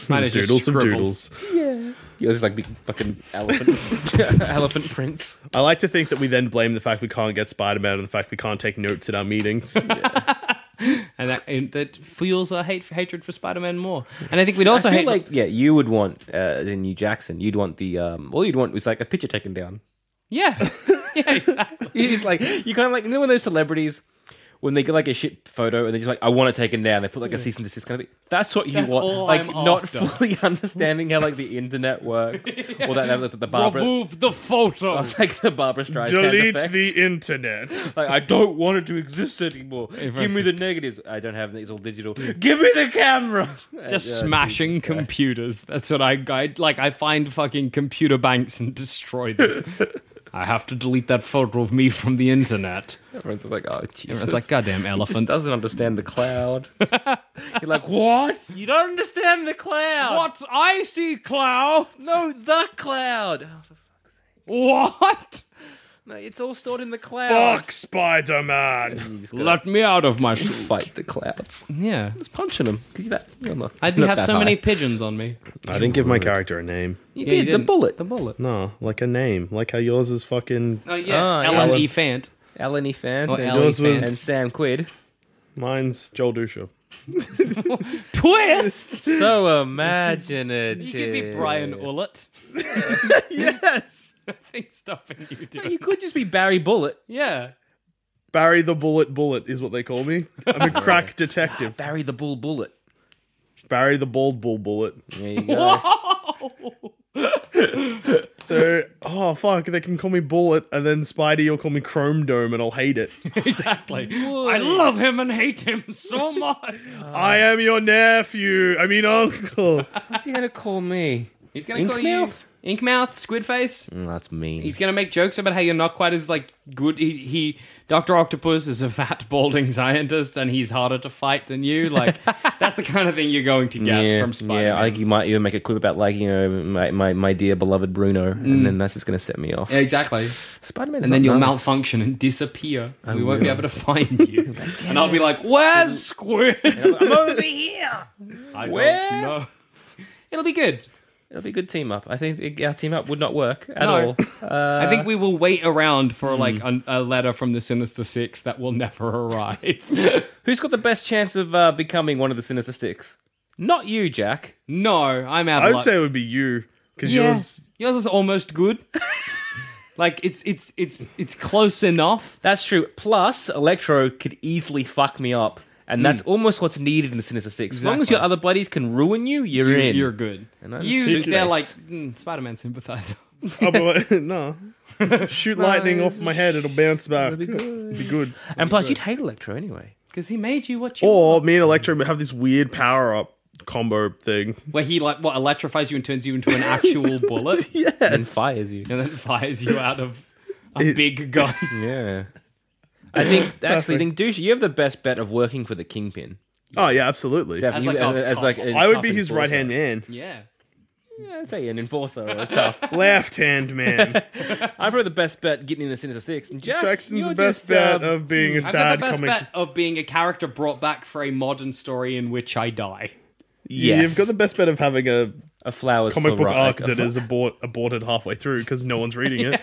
Mine is just
doodles and
scribbles.
doodles.
Yours is like big fucking elephant, elephant prints.
I like to think that we then blame the fact we can't get Spider Man and the fact we can't take notes at our meetings.
and that, and that fuels our hate hatred for Spider-Man more. And I think we'd also
I feel
hate
like, yeah, you would want, uh, as in you, Jackson, you'd want the, um, all you'd want was like a picture taken down.
yeah, yeah, exactly.
It's like, you kind of like, you know, when those celebrities. When they get like a shit photo and they're just like, I want it taken down, they put like a cease and desist kind of thing. That's what you
That's
want.
all
like,
I'm
not
after.
fully understanding how like the internet works, or that, that, that the Barbara,
Remove the photo.
I was like the Barbara Streisand
Delete
effect.
the internet.
like, I don't want it to exist anymore. Give me the negatives. I don't have it. It's all digital. Give me the camera.
just
Yeah,
smashing computers. That's what I guide. Like I find fucking computer banks and destroy them. I have to delete that photo of me from the internet.
Everyone's just like, oh Jesus.
It's like goddamn
Just
elephant.
doesn't understand the cloud. You're like, what? You don't understand the cloud.
What I see, cloud?
No, the cloud. Oh, for fuck's sake.
What?
No, it's all stored in the cloud.
Fuck Spider Man.
You just gotta
Let me out of my shoe.
fight the clouds.
Yeah,
Just punching them because that. you're not-
I'd
it's not
have
that
so many
high.
pigeons on me.
I didn't give my character a name.
You
Yeah, you
did the
didn't.
bullet.
The bullet.
No, like a name. Like how yours is fucking.
Oh yeah,
Ah,
Ellen
Ellen.
E. Fant.
Alan E. Fans
Or
and,
Alan E.
Yours was-
and Sam Quid.
Mine's Joel Dusha.
Twist.
So imaginative.
You could be Brian Ullett.
Yes!
Nothing stopping you doing.
You could just be Barry Bullet.
Yeah.
Barry the Bullet Bullet is what they call me. I'm a crack detective.
Barry the Bull Bullet.
Barry the Bald Bull Bullet.
There you go.
So, oh fuck, they can call me Bullet, and then Spidey will call me Chrome Dome, and I'll hate it.
exactly. I love him and hate him so much.
I am your nephew. I mean uncle.
What's he gonna call me?
He's gonna call
Inkmouth?
you Ink Mouth, Squid Face.
Mm, that's mean.
He's gonna make jokes about how you're not quite as like good. He, he Doctor Octopus is a fat balding scientist, and he's harder to fight than you. Like that's the kind of thing you're going to get from Spider.
yeah, I think
man
he might even make a quip about like you know my, my, my dear beloved Bruno, and then that's just gonna set me off.
exactly.
Spider Man,
Mm. And then you'll
nice.
malfunction and disappear. we won't be able to find you. and I'll be like, "Where's Squid? I'm over here. I
Where?
don't know. It'll be good.
It'll be a good team up. I think it- our team up would not work at
No.
all. Uh,
I think we will wait around for like a, a letter from the Sinister Six that will never arrive.
who's got the best chance of uh, becoming one of the Sinister Six? Not you, Jack.
no, I'm out.
I
of
would
luck.
say it would be you, because yours.
yours is almost good. like it's it's it's it's close enough.
That's true. Plus, Electro could easily fuck me up, and that's
Hmm.
almost what's needed in the Sinister Six. As long as
Exactly.
your other buddies can ruin you, you're in.
You're good.
And I'm
You,
suit-based.
they're like mm, Spider-Man sympathizer.
I'll be Oh, like, no. Shoot lightning off my head; it'll bounce back. It'll be
good.
Be good.
and plus, you'd hate Electro anyway.
Because he made you what you
Or me and Electro have this weird power up combo thing.
where he like what electrifies you and turns you into an actual bullet
And fires you.
and then fires you out of a big gun.
Yeah. I think actually, I think Douche, you have the best bet of working for the Kingpin.
Oh yeah, absolutely.
As
like a tough-
I would be his right hand man,
yeah.
Yeah, I'd say an enforcer or a tough.
left hand man.
I'm probably the best bet getting in the Sinister Six. And Jack,
Jackson's
you're
best
just,
bet
um,
of being a
I've got
sad
the best
comic.
bet of being a character brought back for a modern story in which I die.
yes,
You've got the best bet of having a
a flowers
comic
for
book
Rock-
arc
a
that
fl-
is abort- aborted halfway through because no one's reading it.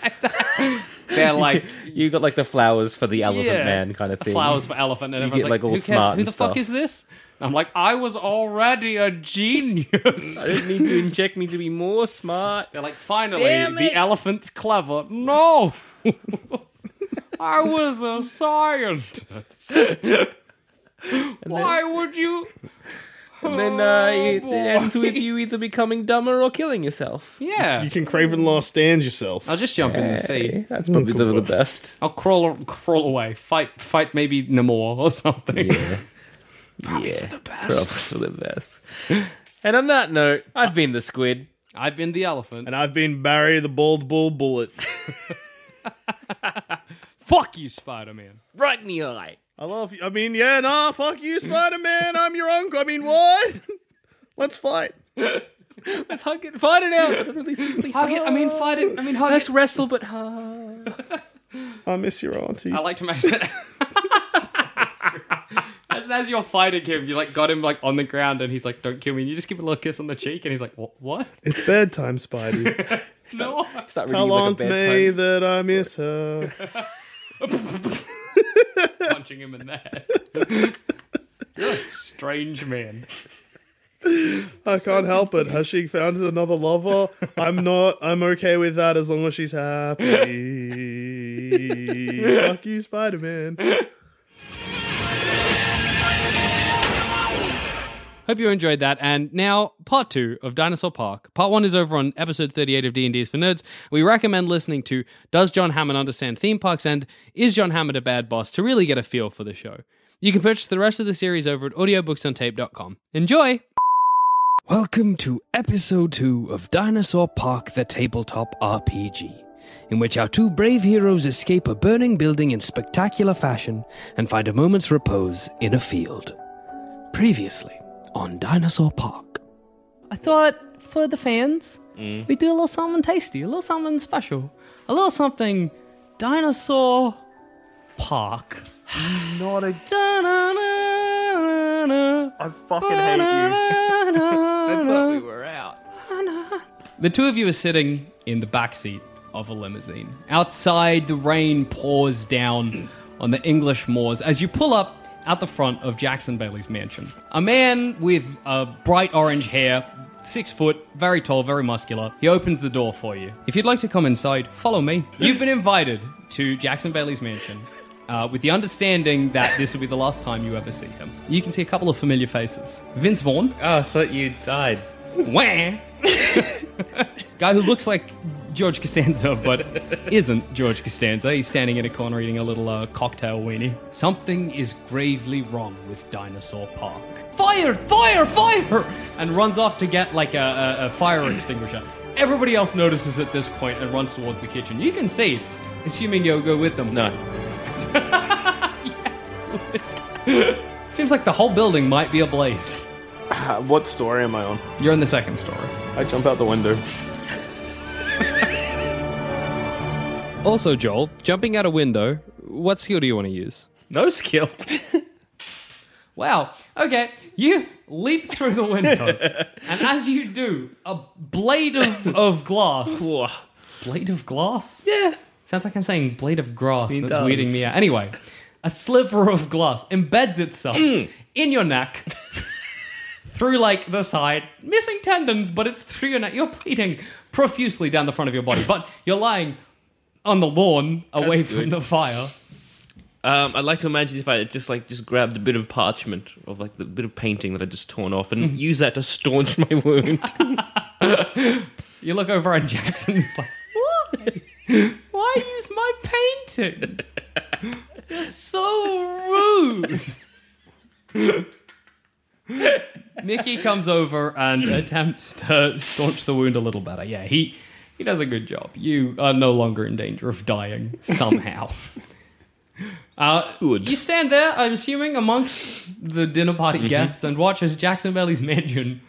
They're like
You got like the flowers for the Elephant
Yeah.
Man kind of thing.
flowers for elephant, and
You
everyone's
get,
like,
like, all
"Who cares?
smart
Who
and
the fuck
stuff.
is this?" I'm like, "I was already a genius."
I didn't need to inject me to be more smart.
They're like, "Finally,
Damn
the
it.
elephant's clever." No, I was a scientist. Why would you?
And then uh, it
Oh, boy.
ends with you either becoming dumber or killing yourself.
Yeah,
You can Craven Law stand yourself. Mm,
I'll just jump in the sea.
That's probably the, the best.
I'll crawl, crawl away. Fight, fight. Maybe Namor or something.
yeah, for the best. For the best. And on that note, I've been the squid.
I've been the elephant.
And I've been Barry the Bald Bull Bullet.
fuck you, Spider Man.
Right in the eye.
I love you. I mean, yeah, nah, fuck you, Spider Man. I'm your uncle. I mean, what? Let's fight.
Let's hug it. Fight it out. But really simply
Hug it. I mean, fight it. I mean, hug
Let's
it.
wrestle, but hug.
I miss your auntie.
I like to imagine. Imagine as you're fighting him, you like got him like on the ground, and he's like, "Don't kill me." And you just give him a little kiss on the cheek, and he's like, "What? What?
it's bedtime, Spidey.
No."
Start
Tell
reading like a
Aunt May
bedtime.
that I miss her.
Punching him in the head. You're a strange man.
I can't help it. Has she found another lover? I'm not. I'm okay with that as long as she's happy. Fuck you, Spider Man.
Hope you enjoyed that. And now, part two of Dinosaur Park. Part one is over on episode 38 of D&D's for Nerds. We recommend listening to Does John Hammond Understand Theme Parks? and Is John Hammond a Bad Boss? to really get a feel for the show. You can purchase the rest of the series over at audiobooksontape.com. Enjoy! Welcome to episode two of Dinosaur Park the Tabletop RPG, in which our two brave heroes escape a burning building in spectacular fashion and find a moment's repose in a field. Previously on Dinosaur Park.
I thought for the fans,
Mm.
we do a little something tasty, a little something special, a little something dinosaur park.
Not a.
I
I fucking hate
thought we were out. The two of you are sitting in the back seat of a limousine. Outside, the rain pours down on the English moors as you pull up out the front of Jackson Bailey's mansion. A man with uh, bright orange hair, six foot, very tall, very muscular, he opens the door for you. If you'd like to come inside, follow me. You've been invited to Jackson Bailey's mansion uh, with the understanding that this will be the last time you ever see him. You can see a couple of familiar faces. Vince Vaughn.
Oh, I thought you died.
Wah!
Guy who looks like George Costanza, but isn't George Costanza. He's standing in a corner eating a little uh, cocktail weenie. Something is gravely wrong with Dinosaur Park. Fire! Fire! Fire! And runs off to get like a, a, a fire extinguisher. Everybody else notices at this point and runs towards the kitchen. You can see, assuming you'll go with them.
No.
Seems like the whole building might be ablaze.
Uh, what story am I on?
You're in the second story.
I jump out the window.
Also, Joel, jumping out a window, what skill do you want to use?
No skill.
Wow. Okay. You leap through the window, and as you do, a blade of, of glass. Blade of glass?
yeah.
Sounds like I'm saying blade of grass. that's
does.
weeding me out. Anyway, a sliver of glass embeds itself
Mm.
in your neck through like the side, missing tendons, but it's through your neck. You're bleeding profusely down the front of your body, but you're lying on the lawn away
That's
from
good.
the fire.
Um, I'd like to imagine if I had just like just grabbed a bit of parchment of like the bit of painting that I just torn off
Mm-hmm.
and use that to staunch my wound.
You look over and Jackson's like, why? Why use my painting? You're so rude. Mickey comes over and attempts to staunch the wound a little better. Yeah, he he does a good job. You are no longer in danger of dying somehow. Uh,
Good.
You stand there, I'm assuming, amongst the dinner party guests and watch as Jackson Valley's mansion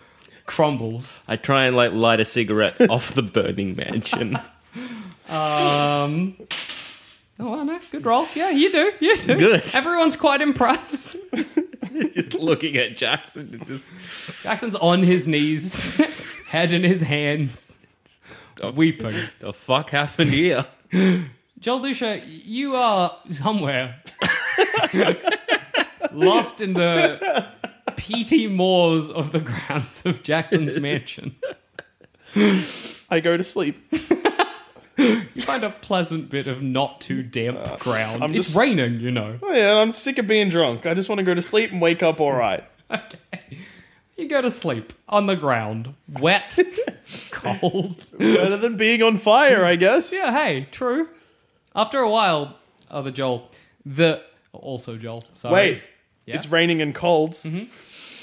crumbles.
I try and like light a cigarette off the burning mansion.
Um. Oh, I know. Good roll. Yeah, you do. You do.
Good.
Everyone's quite impressed.
just looking at Jackson and just
Jackson's on his knees, head in his hands, weeping.
the fuck happened here?
Joel Dusha, you are somewhere lost in the peaty moors of the grounds of Jackson's mansion.
I go to sleep.
You find a pleasant bit of not too damp
Uh,
ground.
I'm
it's
just-
raining, you know.
Oh, yeah, I'm sick of being drunk. I just want to go to sleep and wake up all right.
You go to sleep on the ground, wet, cold.
Better than being on fire, I guess.
Yeah, hey, true. After a while, other Joel, the also Joel. Sorry.
Wait, it's raining and cold.
Mm-hmm.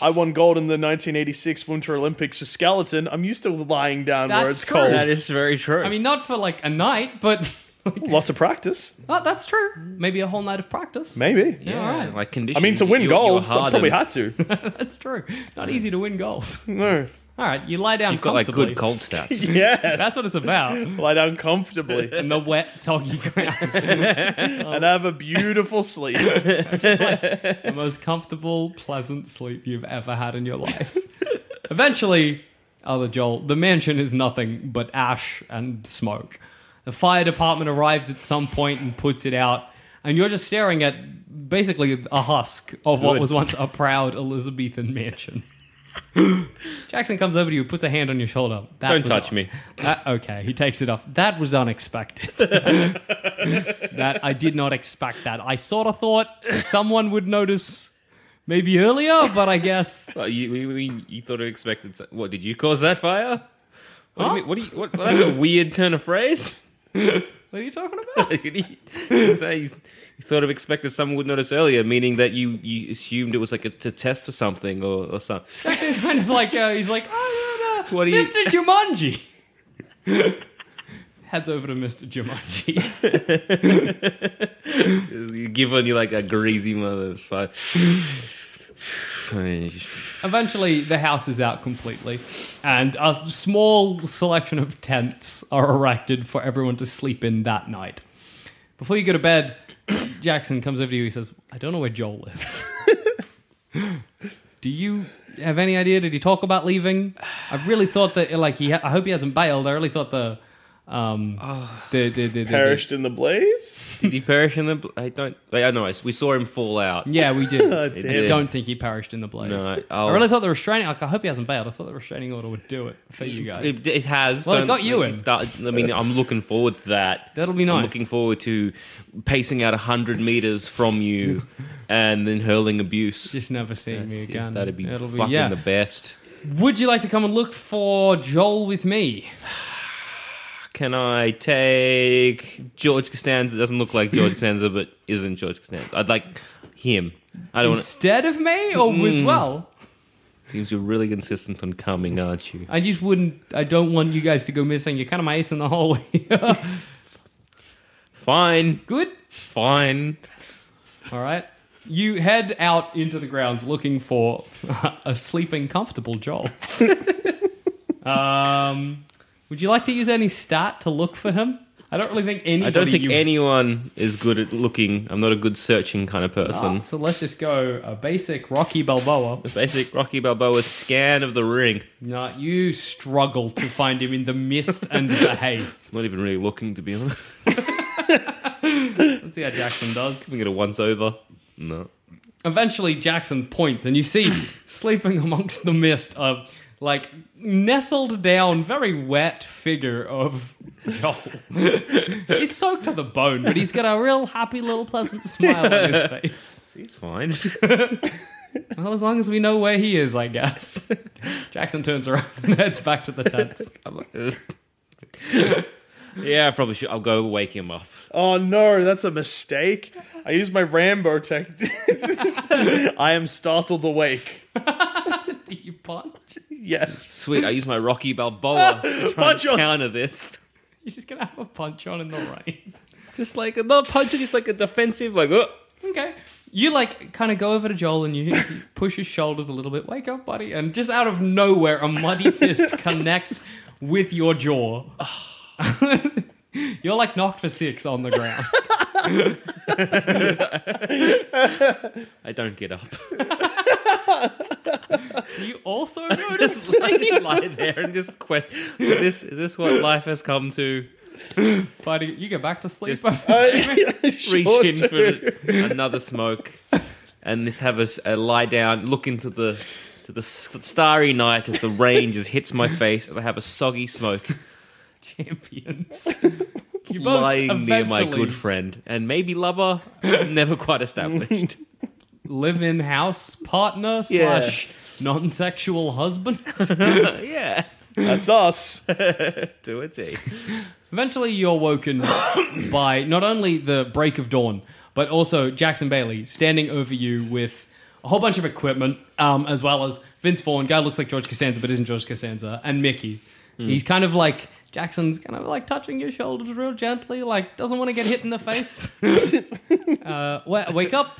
I won gold in the 1986 Winter Olympics for skeleton. I'm used to lying down where
That's
it's
true.
cold.
That is very true.
I mean, not for like a night, but
Lots of practice,
oh, that's true. Maybe a whole night of practice.
maybe.
Yeah, all right.
like
I
conditions.
mean, to win
you- you're
gold, I
hardened.
probably had to.
that's true. Not easy to win goals.
No,
All right, you lie down
You've got like
comfortably.
good cold stats.
yeah,
That's what it's about.
lie down comfortably
In the wet, soggy ground,
and have a beautiful sleep.
the most comfortable, pleasant sleep you've ever had in your life. Eventually, other Joel, the mansion is nothing but ash and smoke. The fire department arrives at some point and puts it out, and you're just staring at basically a husk of what
Good.
was once a proud Elizabethan mansion. Jackson comes over to you, puts a hand on your shoulder. That
Don't
was-
touch me.
that- okay, he takes it off. That was unexpected. that I did not expect that. I sort of thought someone would notice maybe earlier, but I guess
Oh, you, you, you- you thought I expected. so- What did you cause that fire? What do you mean? What do you? What, well, that's a weird turn of phrase.
What are you talking about?
you say you, you thought of expected someone would notice earlier, meaning that you, you assumed it was like a, to test for something or, or something.
He's kind of like uh, he's like, oh, no, no,
What are you-
Mr. Jumanji. Heads over to Mr. Jumanji.
You give on you like a greasy motherfucker.
Eventually, the house is out completely, and a small selection of tents are erected for everyone to sleep in that night. Before you go to bed, Jackson comes over to you. He says, "I don't know where Joel is. Do you have any idea? Did he talk about leaving? I really thought that, like, he. Ha- I hope he hasn't bailed. I really thought the, um,
Oh,
the, the, the, the-
Perished in the blaze.
Did he perish in the? bl- I don't. I know. I- We saw him fall out.
the- yeah, we did.
Oh,
It
damn.
did.
Don't think he perished in the blaze.
No, I'll-
I really thought the restraining. Like, I hope he hasn't bailed. I thought the restraining order would do it for you guys.
It, it has.
Well, it
Don't-
got you in.
that- I mean, I'm looking forward to that.
That'll be
I'm
nice.
looking forward to pacing out 100 meters from you and then hurling abuse.
just never seeing me
Yes,
again.
That'd be
It'll
fucking
yeah.
the best.
Would you like to come and look for Joel with me?
Can I take George Costanza? Doesn't look like George Costanza, but isn't George Costanza? I'd like him. I don't want to.
Instead of me or
Mm.
as well?
Seems you're really consistent on coming, aren't you?
I just wouldn't. I don't want you guys to go missing. You're kind of my ace in the hole.
Fine,
Good.
fine.
All right. You head out into the grounds looking for a sleeping, comfortable Joel. um, would you like to use any stat to look for him? I don't really think anybody.
I don't think
you-
anyone is good at looking. I'm not a good searching kind of person.
So let's just go a basic Rocky Balboa.
Basic Rocky Balboa scan of the ring.
No, you struggle to find him in the mist and the haze.
Not even really looking, to be honest.
Let's see how Jackson does.
We get a once over. No.
Eventually, Jackson points, and you see sleeping amongst the mist a like nestled down, very wet figure of Joel. he's soaked to the bone, but he's got a real happy little pleasant smile on his face.
He's fine.
Well, as long as we know where he is, I guess. Jackson turns around and heads back to the tents.
I'm like, "Ugh." yeah, I probably should. I'll go wake him up.
Oh no, that's a mistake. I used my Rambo technique. I am startled awake.
You punch.
Yes.
Sweet, I use my Rocky Balboa to try
Punch
and
ons.
counter this.
You're just gonna have a punch on in the rain.
Just like not punching, just like a defensive, like oh,
Okay. You like kind of go over to Joel and you push his shoulders a little bit. Wake up, buddy! And just out of nowhere, a muddy fist connects with your jaw. You're like knocked for six on the ground.
I don't get up.
Do you also notice?
just lay, lie there and just question. Is this is this what life has come to?
Buddy, you go back to sleep.
Just- Reach in for another smoke, and just have us a lie down, look into the to the s- starry night as the rain just hits my face as I have a soggy smoke.
champions. You both
lying near my
eventually
good friend and maybe lover, never quite established.
Live in house partner
Yeah.
slash non sexual husband.
Uh, yeah,
That's us.
to a T.
Eventually, you're woken by not only the break of dawn, but also Jackson Bailey standing over you with a whole bunch of equipment, um, as well as Vince Vaughn, guy who looks like George Costanza but isn't George Costanza, and Mickey. He's kind of like Jackson's kind of like touching your shoulders real gently, like doesn't want to get hit in the face. uh, wa- wake up!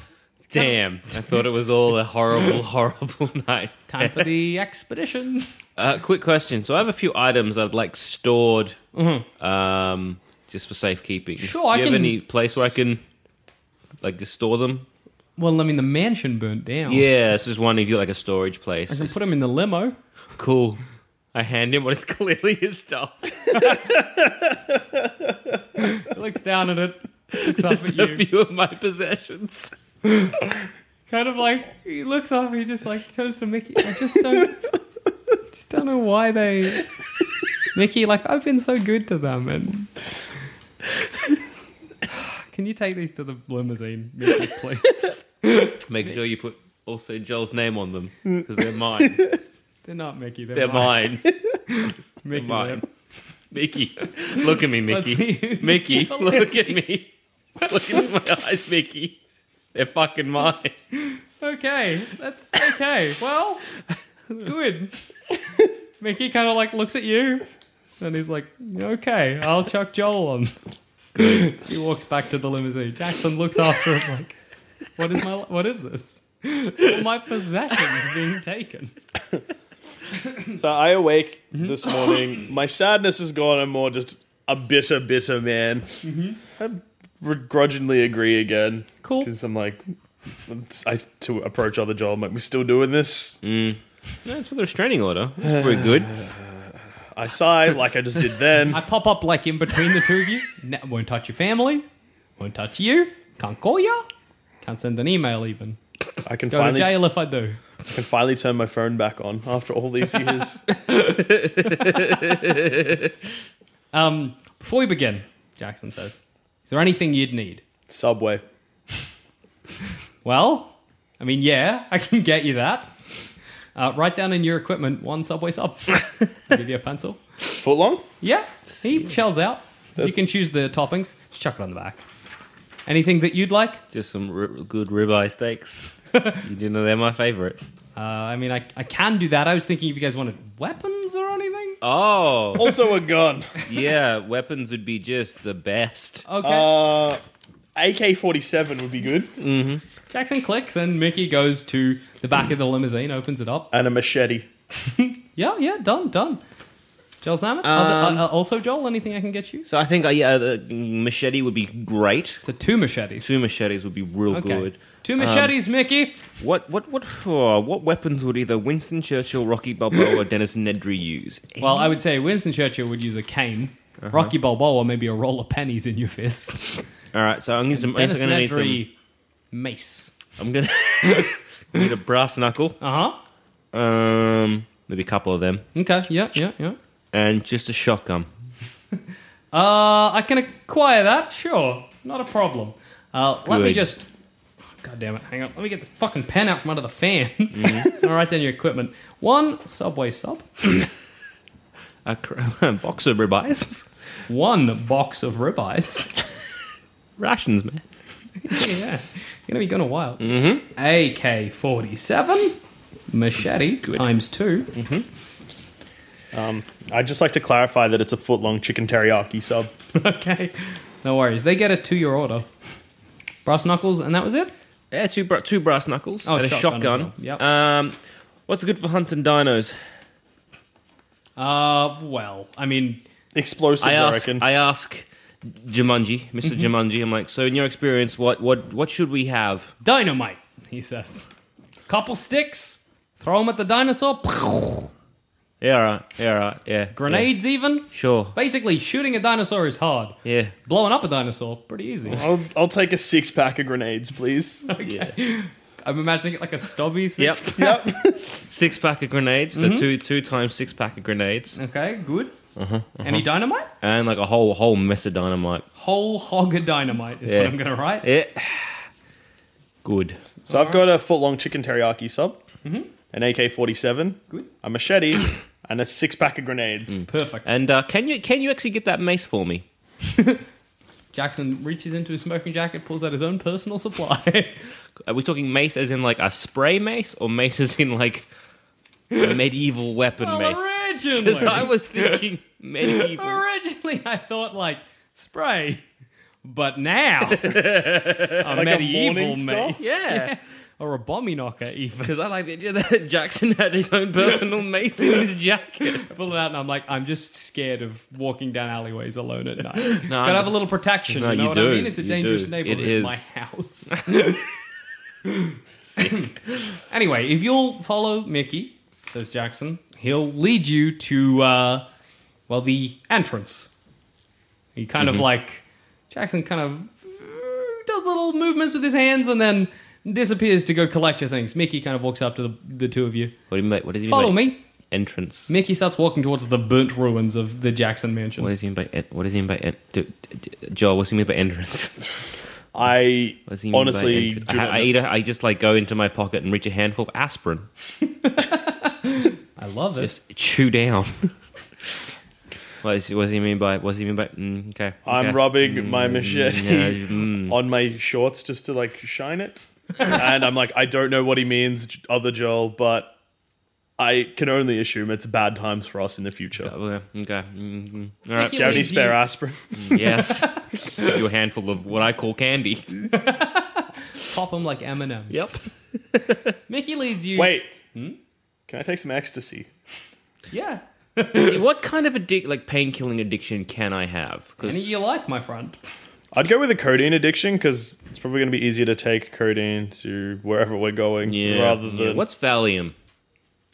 Damn, I thought it was all a horrible, horrible night.
Time for the expedition.
Uh, quick question. So I have a few items I'd like stored, um, just for safekeeping.
Mm-hmm. Sure,
Do you
I
have
can-
any place where I can, like, just store them?
Well, I mean, the mansion burnt down.
Yeah, it's just one if you like a storage place.
I can put him in the limo.
Cool. I hand him what is clearly his stuff.
He looks down at it. Looks up
Just
at
a
you.
few of my possessions.
kind of like he looks up, he just like turns to Mickey. I just don't, just don't know why they, Mickey. Like I've been so good to them, and can you take these to the limousine, Mickey, please?
Make sure you put also Joel's name on them because they're mine.
They're not Mickey. They're,
They're
mine.
mine.
Mickey.
mine.
they're-
Mickey, look at me, Mickey.
Let's see.
Mickey, look at me. Look into my eyes, Mickey. They're fucking mine.
Okay, that's okay. Well, good. Mickey kind of like looks at you, and he's like, "Okay, I'll chuck Joel on." Good. He walks back to the limousine. Jackson looks after him like, "What is my? What is this? All my possessions being taken." Mm-hmm.
So I awake this morning. My sadness is gone. I'm more just a bitter, bitter man. I begrudgingly agree again.
Mm-hmm. Cool.
Because I'm like, I to approach other Joel. I'm like, we're still doing this.
That's for the restraining order. That's pretty good.
I sigh like I just did then.
I pop up like in between the two of you. No, won't touch your family. Won't touch you. Can't call you. Can't send an email even.
I can
Go
finally
to jail if I do.
can finally turn my phone back on after all these years.
Um, before we begin, Jackson says, "Is there anything you'd need?"
Subway.
Well, I mean, yeah, I can get you that.
Uh, write down in your equipment one subway sub. I'll give you a pencil.
Foot long?
Yeah, he shells out. you can choose the toppings. Just chuck it on the back. Anything that you'd like?
Just some ri- good ribeye steaks. you do know they're my favorite.
Uh, I mean, I, I can do that. I was thinking if you guys wanted weapons or anything.
Oh,
Also a gun.
yeah. Weapons would be just the best.
Okay.
Uh, AK 47 would be good.
Jackson clicks and Mickey goes to the back of the limousine, opens it up.
And a machete.
Yeah, yeah, done, done. Joel Salmon?
Um,
uh, also, Joel, anything I can get you?
So I think uh, yeah, the machete would be great.
So two machetes.
Two machetes would be real
okay.
good. Um,
Two machetes, Mickey.
What what what oh, what weapons would either Winston Churchill, Rocky Balboa, or Dennis Nedry use?
Well, I would say Winston Churchill would use a cane.
Uh-huh.
Rocky Balboa, maybe a roll of pennies in your fist.
All right, so I'm gonna, I'm
Dennis
gonna need some.
Nedry, mace.
I'm gonna need a brass knuckle.
Uh huh.
Um, maybe a couple of them,
Okay. Yeah. Yeah. Yeah.
and just a shotgun.
Uh, I can acquire that. Sure, not a problem. Uh, let me
Good.
just. God damn it! Hang on. Let me get this fucking pen out from under the fan. and I'll write down your equipment. One subway sub.
A, cr- a box of ribeyes.
One box of ribeyes.
Rations, man.
yeah, you're gonna be gone a while. Mm-hmm. AK forty-seven machete times 2
Mm-hmm. Um, I'd just like to clarify that it's a foot long chicken teriyaki sub.
okay, no worries. They get a two-year order. Brass knuckles, and that was it.
Yeah, two bra- two brass knuckles
Oh,
and a
shotgun as
shotgun.
well. Yep.
Um, what's good for hunting dinos?
Uh, well, I mean,
Explosives,
I
I,
ask,
reckon.
I ask Jumanji,
Mm-hmm.
mister Jumanji. I'm like, so in your experience, what what what should we have?
Dynamite, he says. Couple sticks, throw them at the dinosaur,
Yeah, all right, yeah, all right, yeah.
grenades even.
Yeah, sure.
Basically, shooting a dinosaur is hard.
Yeah.
Blowing up a dinosaur, pretty easy.
I'll, I'll take a six pack of grenades, please.
I'm imagining it like a stubby.
Yep.
six-
yep.
Six pack of grenades.
Mm-hmm.
So two two times six pack of grenades,
Okay, good.
Uh-huh,
Any dynamite?
and like a whole whole mess of dynamite.
Whole hog of dynamite is
Yeah.
what I'm going to write.
Yeah. Good.
Eh. So I've got a foot long chicken teriyaki sub,
Mm-hmm.
an AK 47,
Good.
a machete, and a six pack of grenades.
Perfect.
And uh, can you can you actually get that mace for me?
Jackson reaches into his smoking jacket, pulls out his own personal supply.
Are we talking mace as in like a spray mace, or mace as in like a medieval weapon
well,
mace?
originally,
Because I was thinking medieval.
originally I thought like spray, but now a medieval
Morningstar?
mace.
Yeah.
or a bomby knocker even.
Because I like the idea that Jackson had his own personal mace in his jacket.
Pull it out, and I'm like, I'm just scared of walking down alleyways alone at night.
No,
Gotta
I-
have a little protection.
No,
you know
you
what I
do.
mean? It's a
You
dangerous
do.
neighborhood.
It is.
My house. anyway, if you'll follow Mickey, says Jackson, he'll lead you to uh, well the entrance. He kind
Mm-hmm.
of like Jackson kind of uh, does little movements with his hands and then disappears to go collect your things. Mickey kind of walks up to the, the two of you.
What do you mean? What did you
Follow
mean? by
me.
Entrance.
Mickey starts walking towards the burnt ruins of the Jackson Mansion.
What does he mean by en- what does he mean by en- do, do, do- Joel? What does he mean by entrance?
I
What does he mean by
honestly
entrance?
do
I,
not
I,
know.
either, I just like go into my pocket and reach a handful of aspirin,
I love it.
just chew down. what, is, what does he mean by what does he mean by? Mm, okay,
I'm
okay. Mm,
rubbing my machete
yeah, mm.
on my shorts just to like shine it. and I'm like, I don't know what he means, J- other Joel, but I can only assume it's bad times for us in the future.
Okay, okay. Mm-hmm. All right, Mm,
Do
Mickey
you have any
Wait, do
spare
you-
aspirin?
yes, your handful of what I call candy.
Pop them like M&Ms.
Yep.
Mickey leads you. Hmm?
Wait. Can I take some ecstasy?
Yeah.
See, what kind of addic- like pain killing addiction can I have? 'Cause-
Any you like, my friend.
I'd go with a codeine addiction because it's probably going to be easier to take codeine to wherever we're going
yeah,
rather than.
yeah. what's Valium?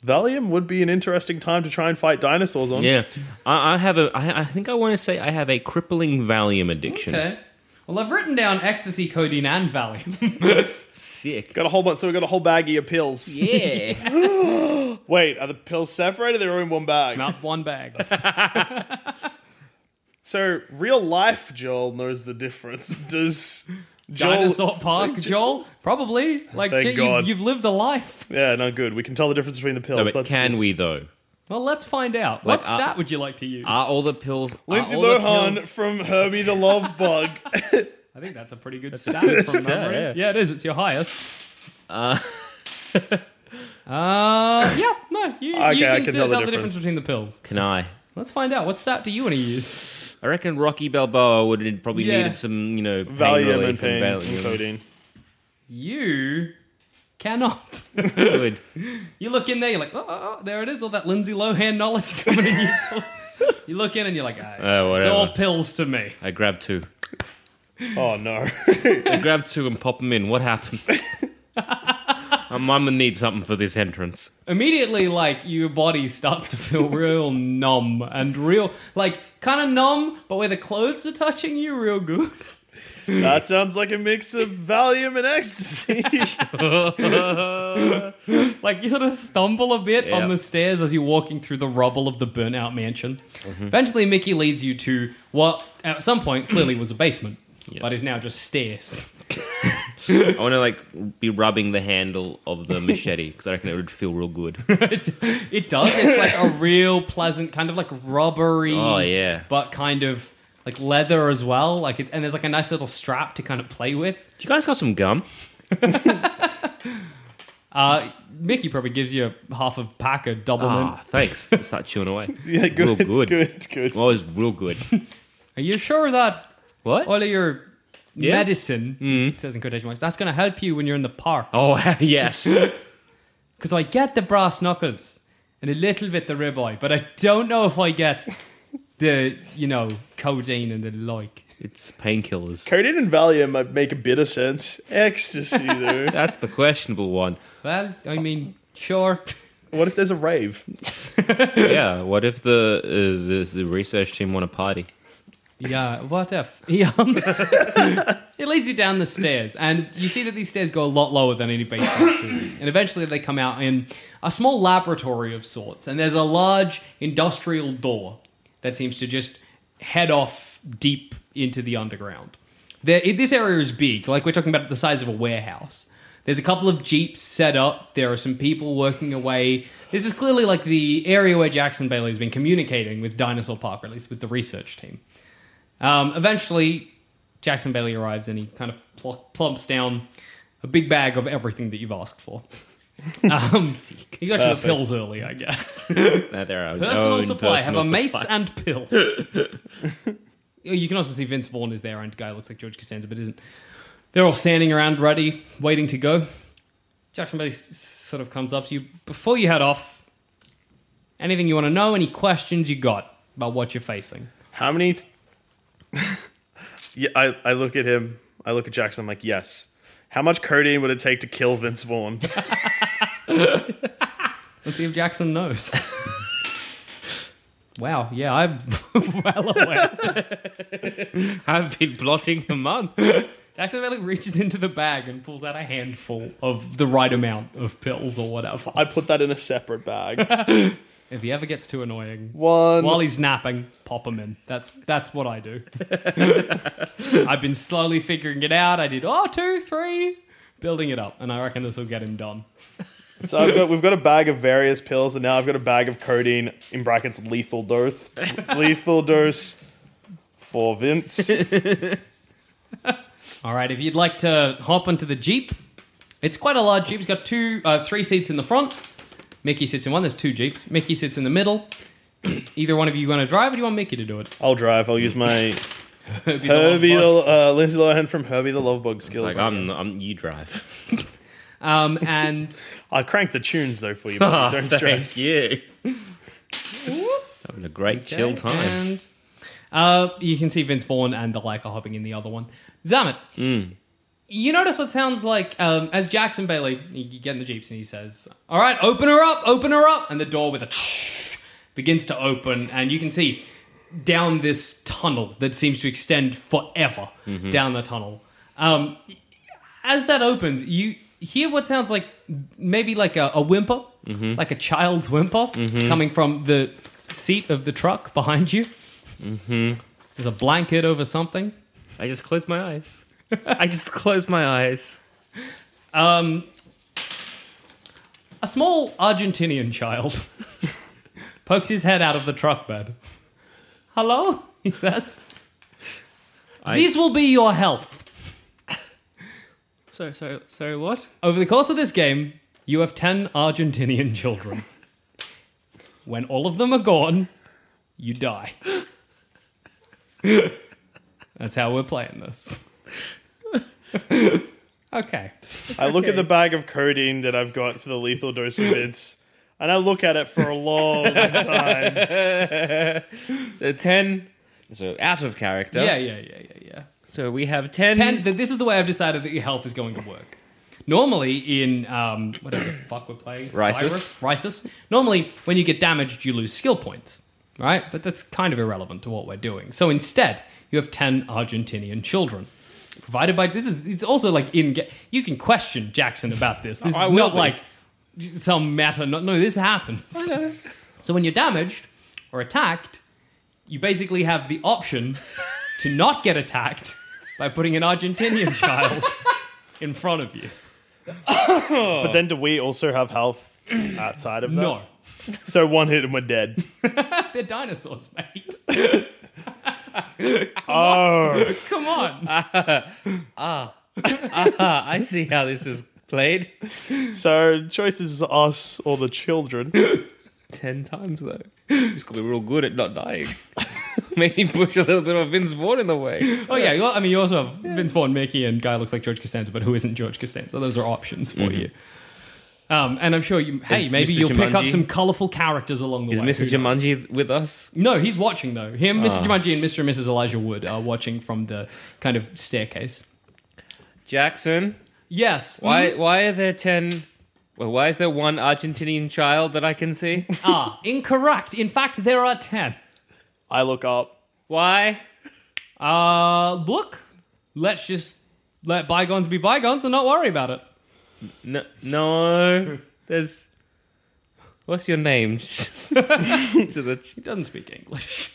Valium would be an interesting time to try and fight dinosaurs on.
Yeah, I, I have a. I, I think I want to say I have a crippling Valium addiction.
Okay. Well, I've written down ecstasy, codeine, and Valium.
Sick.
Got a whole bunch, so we got a whole baggie of pills.
yeah.
Wait, are the pills separated? They're in one bag.
Not one bag.
So real life Joel knows the difference. Does
Dinosaur Park, Joel? Probably. Like,
Thank
gee, you-
God.
You've, lived a life.
Yeah, no, good. We can tell the difference between the pills.
No, but
That's
can we though?
Well, let's find out.
Like,
what
uh,
stat would you like to use?
Are all the pills? are
Lindsay
all the
Lohan
pills-
from Herbie the Love Bug.
I think that's a pretty good stat from memory.
yeah.
Yeah. it is. It's your highest. Uh, yeah, no. You,
Okay,
you
I can
can, tell,
tell the
the
difference.
difference between the pills.
Can I?
Let's find out. What stat do you want to use?
I reckon Rocky Balboa would have probably
Yeah.
needed some, you know, pain
Valium
relief
and pain and
Valium.
codeine.
You cannot.
Good. Uh,
You look in there, you're like, oh, oh, oh, there it is, all that Lindsay Lohan knowledge coming in useful. you look in and you're like, ah,
Oh,
it's
whatever.
all pills to me.
I grab two.
Oh no.
I grab two and pop them in. What happens? I'm gonna need something for this entrance.
Immediately, like, your body starts to feel real numb and real, like, kind of numb, but where the clothes are touching you real good.
that sounds like a mix of Valium and ecstasy.
Like, you sort of stumble a bit
Yeah.
on the stairs as you're walking through the rubble of the burnout mansion.
Mm-hmm.
Eventually, Mickey leads you to what, at some point, clearly was a basement, but is now just stairs.
I want to like be rubbing the handle of the machete because I reckon it would feel real good.
it, it does. It's like a real pleasant kind of like rubbery.
Oh, yeah.
But kind of like leather as well. Like it's and there's like a nice little strap to kind of play with.
Do you guys got some gum?
Uh, Mickey probably gives you a half a pack of Doublemint.
Ah, thanks. Start chewing away.
yeah, good,
real good.
good, good.
Well, it's real good.
Are you sure of that
What?
Oh,
all of your medicine it says in quotation marks that's going to help you when you're in the park?
Oh yes.
Because I get the brass knuckles and a little bit the ribeye, but I don't know if I get the you know codeine and the like.
it's painkillers.
Codeine and Valium might make a bit of sense. Ecstasy, though.
That's the questionable one.
Well, I mean, sure.
what if there's a rave?
Yeah. What if the uh, the, the research team want a party?
Yeah, what if? He, um, it leads you down the stairs, and you see that these stairs go a lot lower than any basement. should. and eventually they come out in a small laboratory of sorts, and there's a large industrial door that seems to just head off deep into the underground. There, it- this area is big, like we're talking about the size of a warehouse. There's a couple of jeeps set up. There are some people working away. This is clearly like the area where Jackson Bailey has been communicating with Dinosaur Park, or at least with the research team. Um, eventually, Jackson Bailey arrives and he kind of pl- plumps down a big bag of everything that you've asked for. Um, you got your pills early, I guess.
No, there are
Personal
own
supply. have a
personal
mace
supply.
and pills. you can also see Vince Vaughn is there and guy looks like George Costanza, but isn't. They're all standing around, ready, waiting to go. Jackson Bailey s- sort of comes up to you before you head off. Anything you want to know? Any questions you got about what you're facing?
How many? t- yeah, I, I look at him. I look at Jackson. I'm like, yes. How much codeine would it take to kill Vince Vaughn?
Let's see if Jackson knows. wow, yeah, I'm well aware.
I've been blotting the month.
Jackson Bailey reaches into the bag and pulls out a handful of the right amount of pills or whatever.
I put that in a separate bag.
If he ever gets too annoying,
One.
while he's napping, pop him in. That's that's what I do. I've been slowly figuring it out. I did oh two, three, building it up, and I reckon this will get him done.
So I've got, we've got a bag of various pills, and now I've got a bag of codeine in brackets lethal dose, lethal dose for Vince.
All right, if you'd like to hop onto the Jeep, it's quite a large Jeep. It's got two, uh, three seats in the front. Mickey sits in one. There's two Jeeps. Mickey sits in the middle. Either one of you want to drive, or do you want Mickey to do it?
I'll drive. I'll use my
Herbie the
Herbie,
Lovebug.
the, uh, Lindsay Lohan from Herbie the Love Bug skills.
Like I'm, I'm you drive.
Um, and
I crank the tunes though for you. Buddy. Don't stress.
you. Having a great chill time.
And uh, you can see Vince Vaughn and the like are hopping in the other one. Zamet, you notice what sounds like um, as Jackson Bailey, you get in the jeeps and he says, "All right, open her up, open her up," and the door with a begins to open, and you can see down this tunnel that seems to extend forever down the tunnel. Um, as that opens, you hear what sounds like maybe like a, a whimper, like a child's whimper coming from the seat of the truck behind you. Mm-hmm. There's a blanket over something.
I just closed my eyes. I just close my eyes.
Um, a small Argentinian child pokes his head out of the truck bed. Hello, he says. These will be your health.
Sorry, sorry, sorry. What?
Over the course of this game, you have 10 Argentinian children. when all of them are gone, you die. That's how we're playing this. okay.
I look at the bag of codeine that I've got for the lethal dose events, and I look at it for a long time.
So ten. So out of character.
Yeah, yeah, yeah, yeah, yeah.
So we have ten.
Ten, th- this is the way I've decided that your health is going to work. Normally, in um, whatever the fuck we're playing,
Risus.
Cyrus? Risus. Normally, when you get damaged, you lose skill points, right? But that's kind of irrelevant to what we're doing. So instead, you have ten Argentinian children. Provided by this is it's also like in ga- you can question Jackson about this. This is not like some matter. Not, no, this happens. So when you're damaged or attacked, you basically have the option to not get attacked by putting an Argentinian child in front of you.
But then, do we also have health outside of that?
No,
So one hit and we're dead.
they're dinosaurs, mate.
Oh,
Come on.
I see how this is played.
so choices is us or the children.
Ten times though. He's got to be real good at not dying. Maybe push a little bit of Vince Vaughn in the way.
Oh yeah, you, al- I mean you also have Vince Vaughn, Mickey, and guy looks like George Costanza, but who isn't George Costanza? Those are options for
Mm-hmm.
you. Um, and I'm sure you. Hey,
Is
maybe
Mr.
you'll pick up
Jumanji-
some colourful characters along the
Is
way.
Mr.
Who knows?
Jumanji with us?
No, he's watching though. Him,
Ah.
Mr. Jumanji, and Mr. and Mrs. Elijah Wood are watching from the kind of staircase.
Jackson,
Yes.
why why are there ten? Well, why is there one Argentinian child that I can see?
Ah, incorrect. In fact, there are ten.
I look up.
Why?
Uh, look, let's just let bygones be bygones and not worry about it.
No, no. There's. What's your name? to the
He doesn't speak English.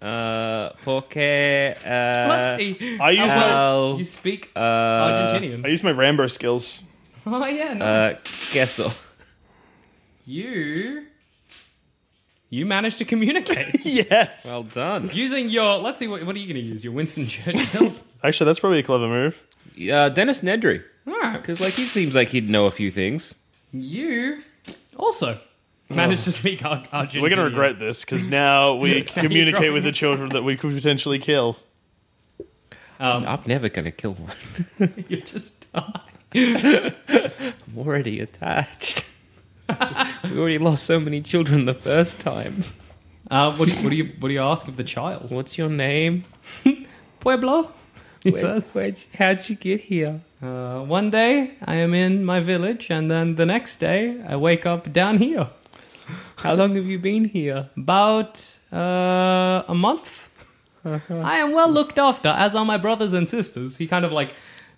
uh, porque uh,
let's see.
I use my
Al-
you speak
uh,
I
Argentinian.
use my Rambo skills.
Oh yeah, no.
uh, queso.
you. You managed to communicate
Yes.
Well done.
using your. Let's see. What, what are you going to use? Your Winston Churchill.
Actually, that's probably a clever move.
Uh, Dennis Nedry,
All right.
because like he seems like he'd know a few things.
You also managed to speak Ar- Argentinian.
We're gonna regret this because now we communicate with the children that we could potentially kill.
I'm never gonna kill one.
You just die.
I'm already attached. we already lost so many children the first time.
Uh, what, do you, what do you What do you ask of the child?
What's your name?
Pueblo. He
Where, where'd- how'd you get here?
Uh, one day I am in my village, and then the next day I wake up down here.
How long have you been here?
About uh, a month.
Uh-huh.
I am well looked after, as are my brothers and sisters. He kind of like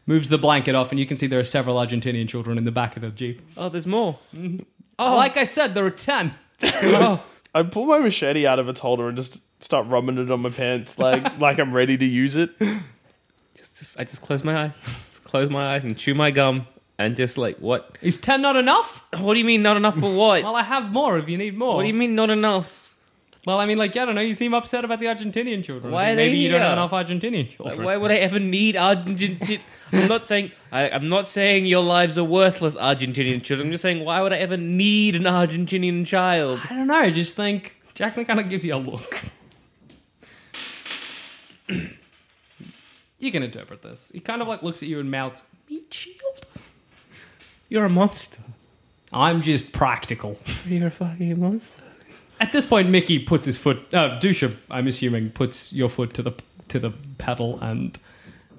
moves the blanket off, and you can see there are several Argentinian children in the back of the jeep.
Oh, there's more.
Oh, like I said, there are ten.
I pull my machete out of its holder and just start rubbing it on my pants, like like I'm ready to use it.
Just, just, I just close my eyes. Just close my eyes and chew my gum and just like what?
Is ten not enough?
What do you mean not enough for what?
Well, I have more if you need more.
What do you mean not enough?
Well, I mean, like, I don't know. You seem upset about the Argentinian children.
Why are they
Maybe you don't
here?
have enough Argentinian children.
Like, why would I ever need Argentinian? I'm not saying I, I'm not saying your lives are worthless, Argentinian children. I'm just saying why would I ever need an Argentinian child?
I don't know. I just think Jackson kind of gives you a look. you can interpret this. He kind of like looks at you and mouths, "Meat shield."
You're a monster.
I'm just practical.
You're a fucking monster.
At this point, Mickey puts his foot. Uh, Dusha, I'm assuming, puts your foot to the to the pedal and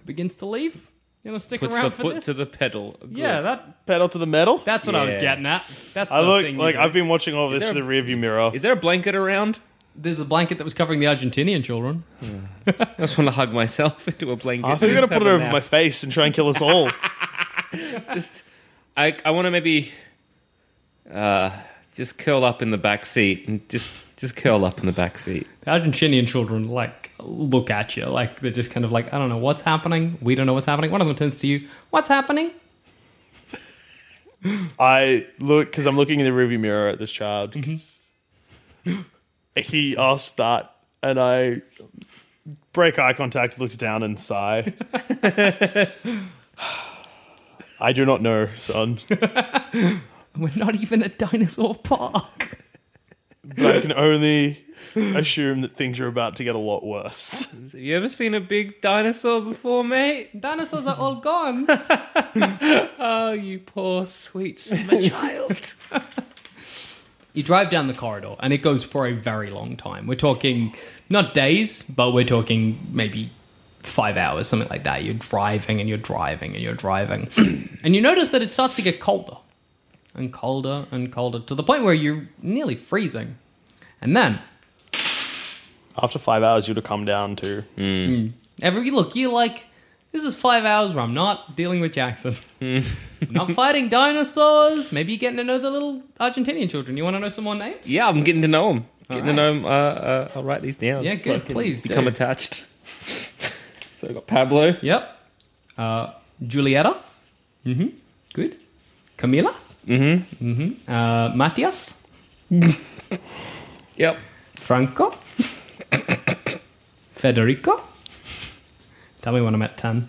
begins to leave. You gonna stick
Puts
around
the
for
foot
this?
to the pedal.
yeah. That
Pedal to the metal.
that's what I was
Yeah.
getting at. That's
I
the
look
thing you
like
do.
I've been watching all this
there
through
a-
the rearview mirror.
Is there a blanket around?
There's the blanket that was covering the Argentinian children.
I just want to hug myself into a blanket.
I think I'm
Just
gonna put it
have
over
a nap.
my face and try and kill us all.
Just, I, I want to maybe uh, Just curl up in the back seat and just just curl up in the back seat.
The Argentinian children like look at you like they're just kind of like I don't know what's happening. We don't know what's happening. One of them turns to you. What's happening?
I look because I'm looking in the rearview mirror at this child. 'cause Mm-hmm. He asked that, and I break eye contact, look down, and sigh. I do not know, son,
We're not even at dinosaur park.
but I can only assume that things are about to get a lot worse.
Have you ever seen a big dinosaur before, mate?
Dinosaurs are all gone.
Oh, you poor sweet summer child.
You drive down the corridor and it goes for a very long time. We're talking not days, but we're talking maybe five hours, something like that. You're driving and you're driving and you're driving. and you notice that it starts to get colder and colder and colder to the point where you're nearly freezing. And then
After five hours, you'd have come down to.
Every look, you like this is five hours where I'm not dealing with Jackson.
Mm-hmm.
I'm not fighting dinosaurs. Maybe you're getting to know the little Argentinian children. You want to know some more names?
yeah, I'm getting to know him. Getting
All
to know him. Uh, uh, I'll write these down.
Yeah,
I
good.
can
Please do.
become attached. so I got Pablo.
Yep. Uh, Julieta. Mm-hmm. Good. Camila. Mm-hmm. Mm-hmm. Uh, Matias.
Yep.
Franco. Federico. Tell me when I'm at 10.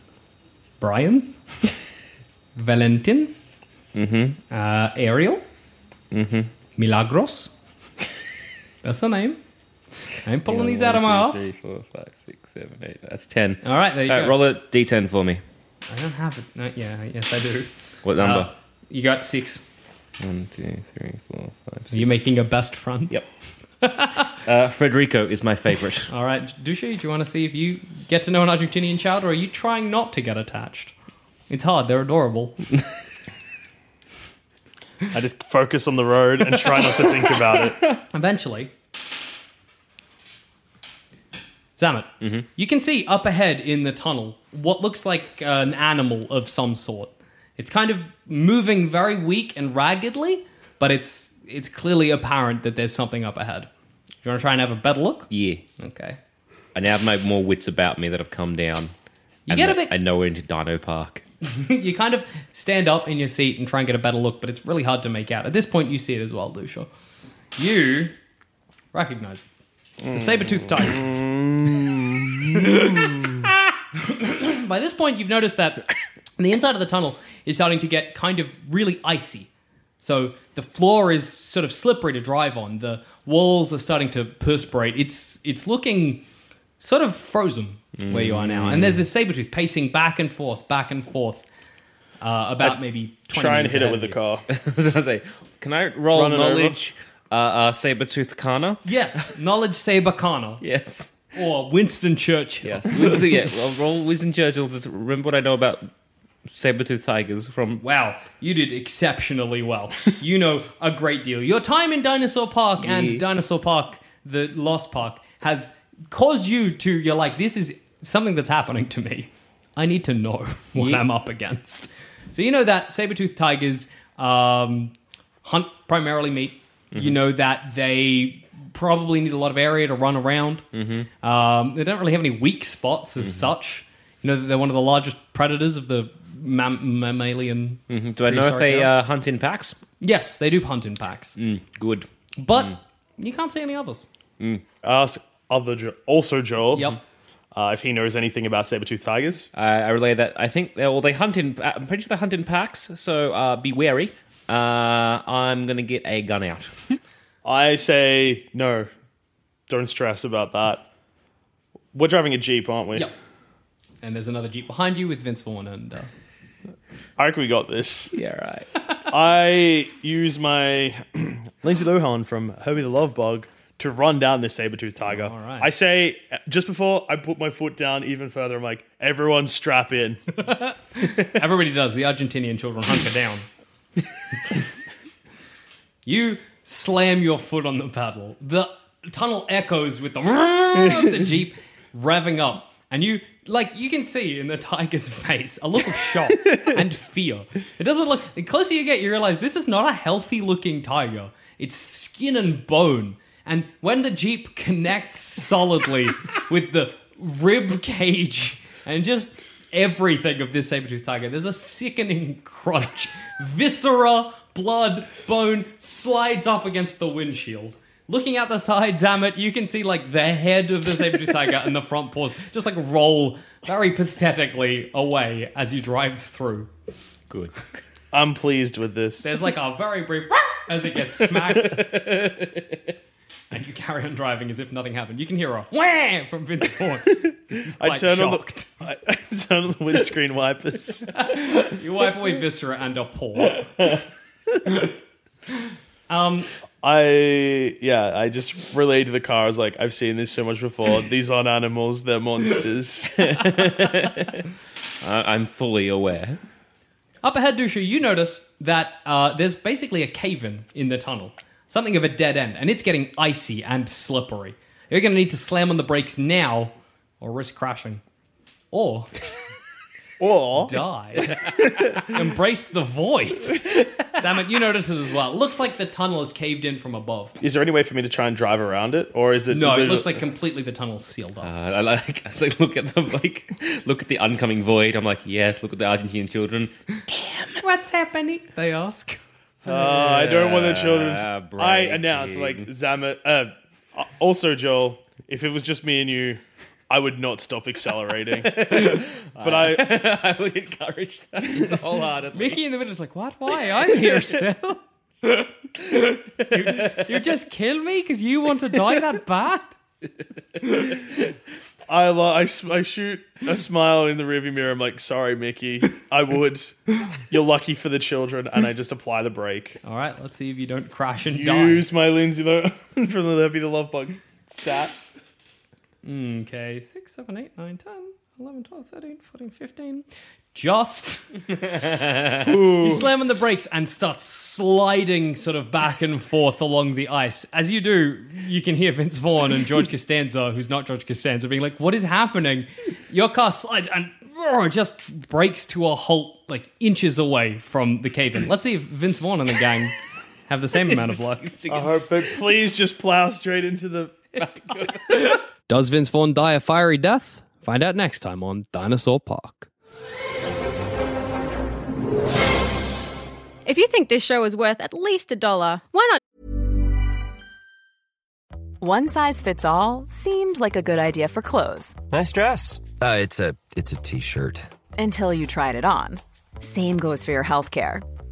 Brian. Valentin. Mm-hmm. Uh, Ariel. Mm-hmm. Milagros. That's her name. I'm pulling these out of my
One, two,
ass.
three, four, five, six, seven, eight. That's ten.
All right, there you
All
go.
right, roll a d10 for me.
I don't have it. No, yeah, yes, I do.
What number?
Uh, you got six. Ah.
One, two, three, four, five,
Are
six.
you making a best friend?
Yep. uh, Frederico is my favorite.
All right, Dushi, do you want to see if you get to know an Argentinian child, or are you trying not to get attached? It's hard. They're adorable.
I just focus on the road and try not to think about it.
Eventually. Zamet,
Mm-hmm.
you can see up ahead in the tunnel what looks like an animal of some sort. It's kind of moving very weak and raggedly, but it's it's clearly apparent that there's something up ahead. Do you want to try and have a better look?
Yeah.
Okay.
I now have my more wits about me that have come down.
You
and
get a
that
bit-
I know we're into Dino Park.
you kind of stand up in your seat and try and get a better look, but it's really hard to make out. At this point, you see it as well, Lucia. You recognize it. It's a saber-toothed tiger. By this point, you've noticed that the inside of the tunnel is starting to get kind of really icy. So the floor is sort of slippery to drive on. The walls are starting to perspirate. It's it's looking sort of frozen where you are now. And there's
Mm.
this saber tooth pacing back and forth, back and forth. Uh, about maybe 20
Try and
meters
hit it
ahead
with the
of
car.
you.
So I say, can I roll
Run it over.
knowledge uh, uh, Sabretooth Kana?
Yes, knowledge saber kana
Yes.
or Winston Churchill.
Yes. Winston, yeah, well, roll Winston Churchill to remember what I know about Sabretooth Tigers from.
Wow, you did exceptionally well. you know a great deal. Your time in Dinosaur Park and
Yeah.
Dinosaur Park, the Lost Park, has caused you to, you're like, this is something that's happening to me. I need to know what I'm up against. So, you know that saber-toothed tigers um, hunt primarily meat. You know that they probably need a lot of area to run around. Um, they don't really have any weak spots as such. You know that they're one of the largest predators of the mam- mammalian.
Do I know if
Prehistoric
they
era.
uh, hunt in packs?
Yes, they do hunt in packs,
Good.
but you can't see any others.
I ask other jo- also Joel
Yep.
uh, if he knows anything about saber-toothed tigers.
I, I relay that. I think they, well, they hunt in. I'm pretty sure they hunt in packs, so uh, be wary. Uh, I'm going to get a gun out.
I say no. Don't stress about that. We're driving a jeep, aren't we?
Yep. And there's another jeep behind you with Vince Vaughn and. Uh,
I reckon we got this.
yeah, right.
I use my Lindsay Lohan from Herbie the Love Bug to run down this saber-toothed tiger. All
right.
I say just before I put my foot down even further, I'm like, everyone strap in.
Everybody does. The Argentinian children hunker down. you slam your foot on the paddle. The tunnel echoes with the of the jeep revving up, and you like you can see in the tiger's face a look of shock and fear. It doesn't look. The closer you get, you realize this is not a healthy looking tiger. It's skin and bone. And when the Jeep connects solidly with the rib cage and just everything of this saber-toothed tiger, there's a sickening crunch. Viscera, blood, bone slides up against the windshield. Looking out the side, Zamet, you can see like the head of the saber-toothed tiger and the front paws just like roll very pathetically away as you drive through.
Good.
I'm pleased with this.
There's like a very brief as it gets smacked. and you carry on driving as if nothing happened. You can hear a wham from Vince Vaughn. 'cause He's quite
I turn
shocked.
on the I, I turn on the windscreen wipers.
You wipe away viscera and a paw. um,
I yeah, I just relay to the car. I was like, I've seen this so much before. These aren't animals; they're monsters.
I- I'm fully aware.
up ahead, Dusha, you notice that uh, there's basically a cave-in in the tunnel. Something of a dead end. And it's getting icy and slippery. You're going to need to slam on the brakes now or risk crashing. Or...
or
die. Embrace the void. Zamet, you notice it as well. It looks like the tunnel is caved in from above.
is there any way for me to try and drive around it, or is it?
No, it looks like completely the tunnel's sealed up.
Uh, I like as I look at the like look at the oncoming void. I'm like, yes. Look at the Argentine children.
What's happening? They ask.
Uh, I don't want the children.
Ah,
I announce like
breaking.
Zamet. Uh, also, Joel, if it was just me and you, I would not stop accelerating. but I,
I would encourage that wholeheartedly.
Mickey in the middle is like, what? Why? I'm here still. you, you just kill me because you want to die that bad?
I, lo- I, s- I shoot a smile in the rearview mirror. I'm like, sorry, Mickey. I would. You're lucky for the children, and I just apply the brake.
Oh,
All right, let's see if you don't crash and die.
Use my Lindsay Lo- from the Levy the Love Bug stat.
Okay, 6, seven, eight, nine, 10, 11, 12, 13, 14, 15. Just. you slam on the brakes and start sliding sort of back and forth along the ice. As you do, you can hear Vince Vaughn and George Costanza, who's not George Costanza, being like, What is happening? Your car slides and roar, just breaks to a halt, like inches away from the cave in. Let's see if Vince Vaughn and the gang have the same amount of luck.
I hope, but please just plow straight into the.
Does Vince Vaughn die a fiery death? Find out next time on Dinosaur Park.
If you think this show is worth at least a dollar, why not
One size fits all seemed like a good idea for clothes
Nice dress. Uh, it's a it's a t-shirt.
until you tried it on. Same goes for your healthcare.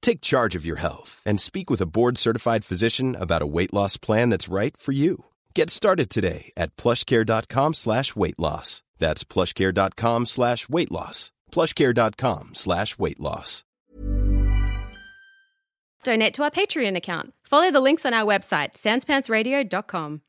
Take charge of your health and speak with a board-certified physician about a weight loss plan that's right for you. Get started today at plushcare.com slash weight loss. That's plushcare.com slash weight loss. plushcare.com slash weight loss.
donate to our Patreon account? Follow the links on our website, sanspantsradio.com.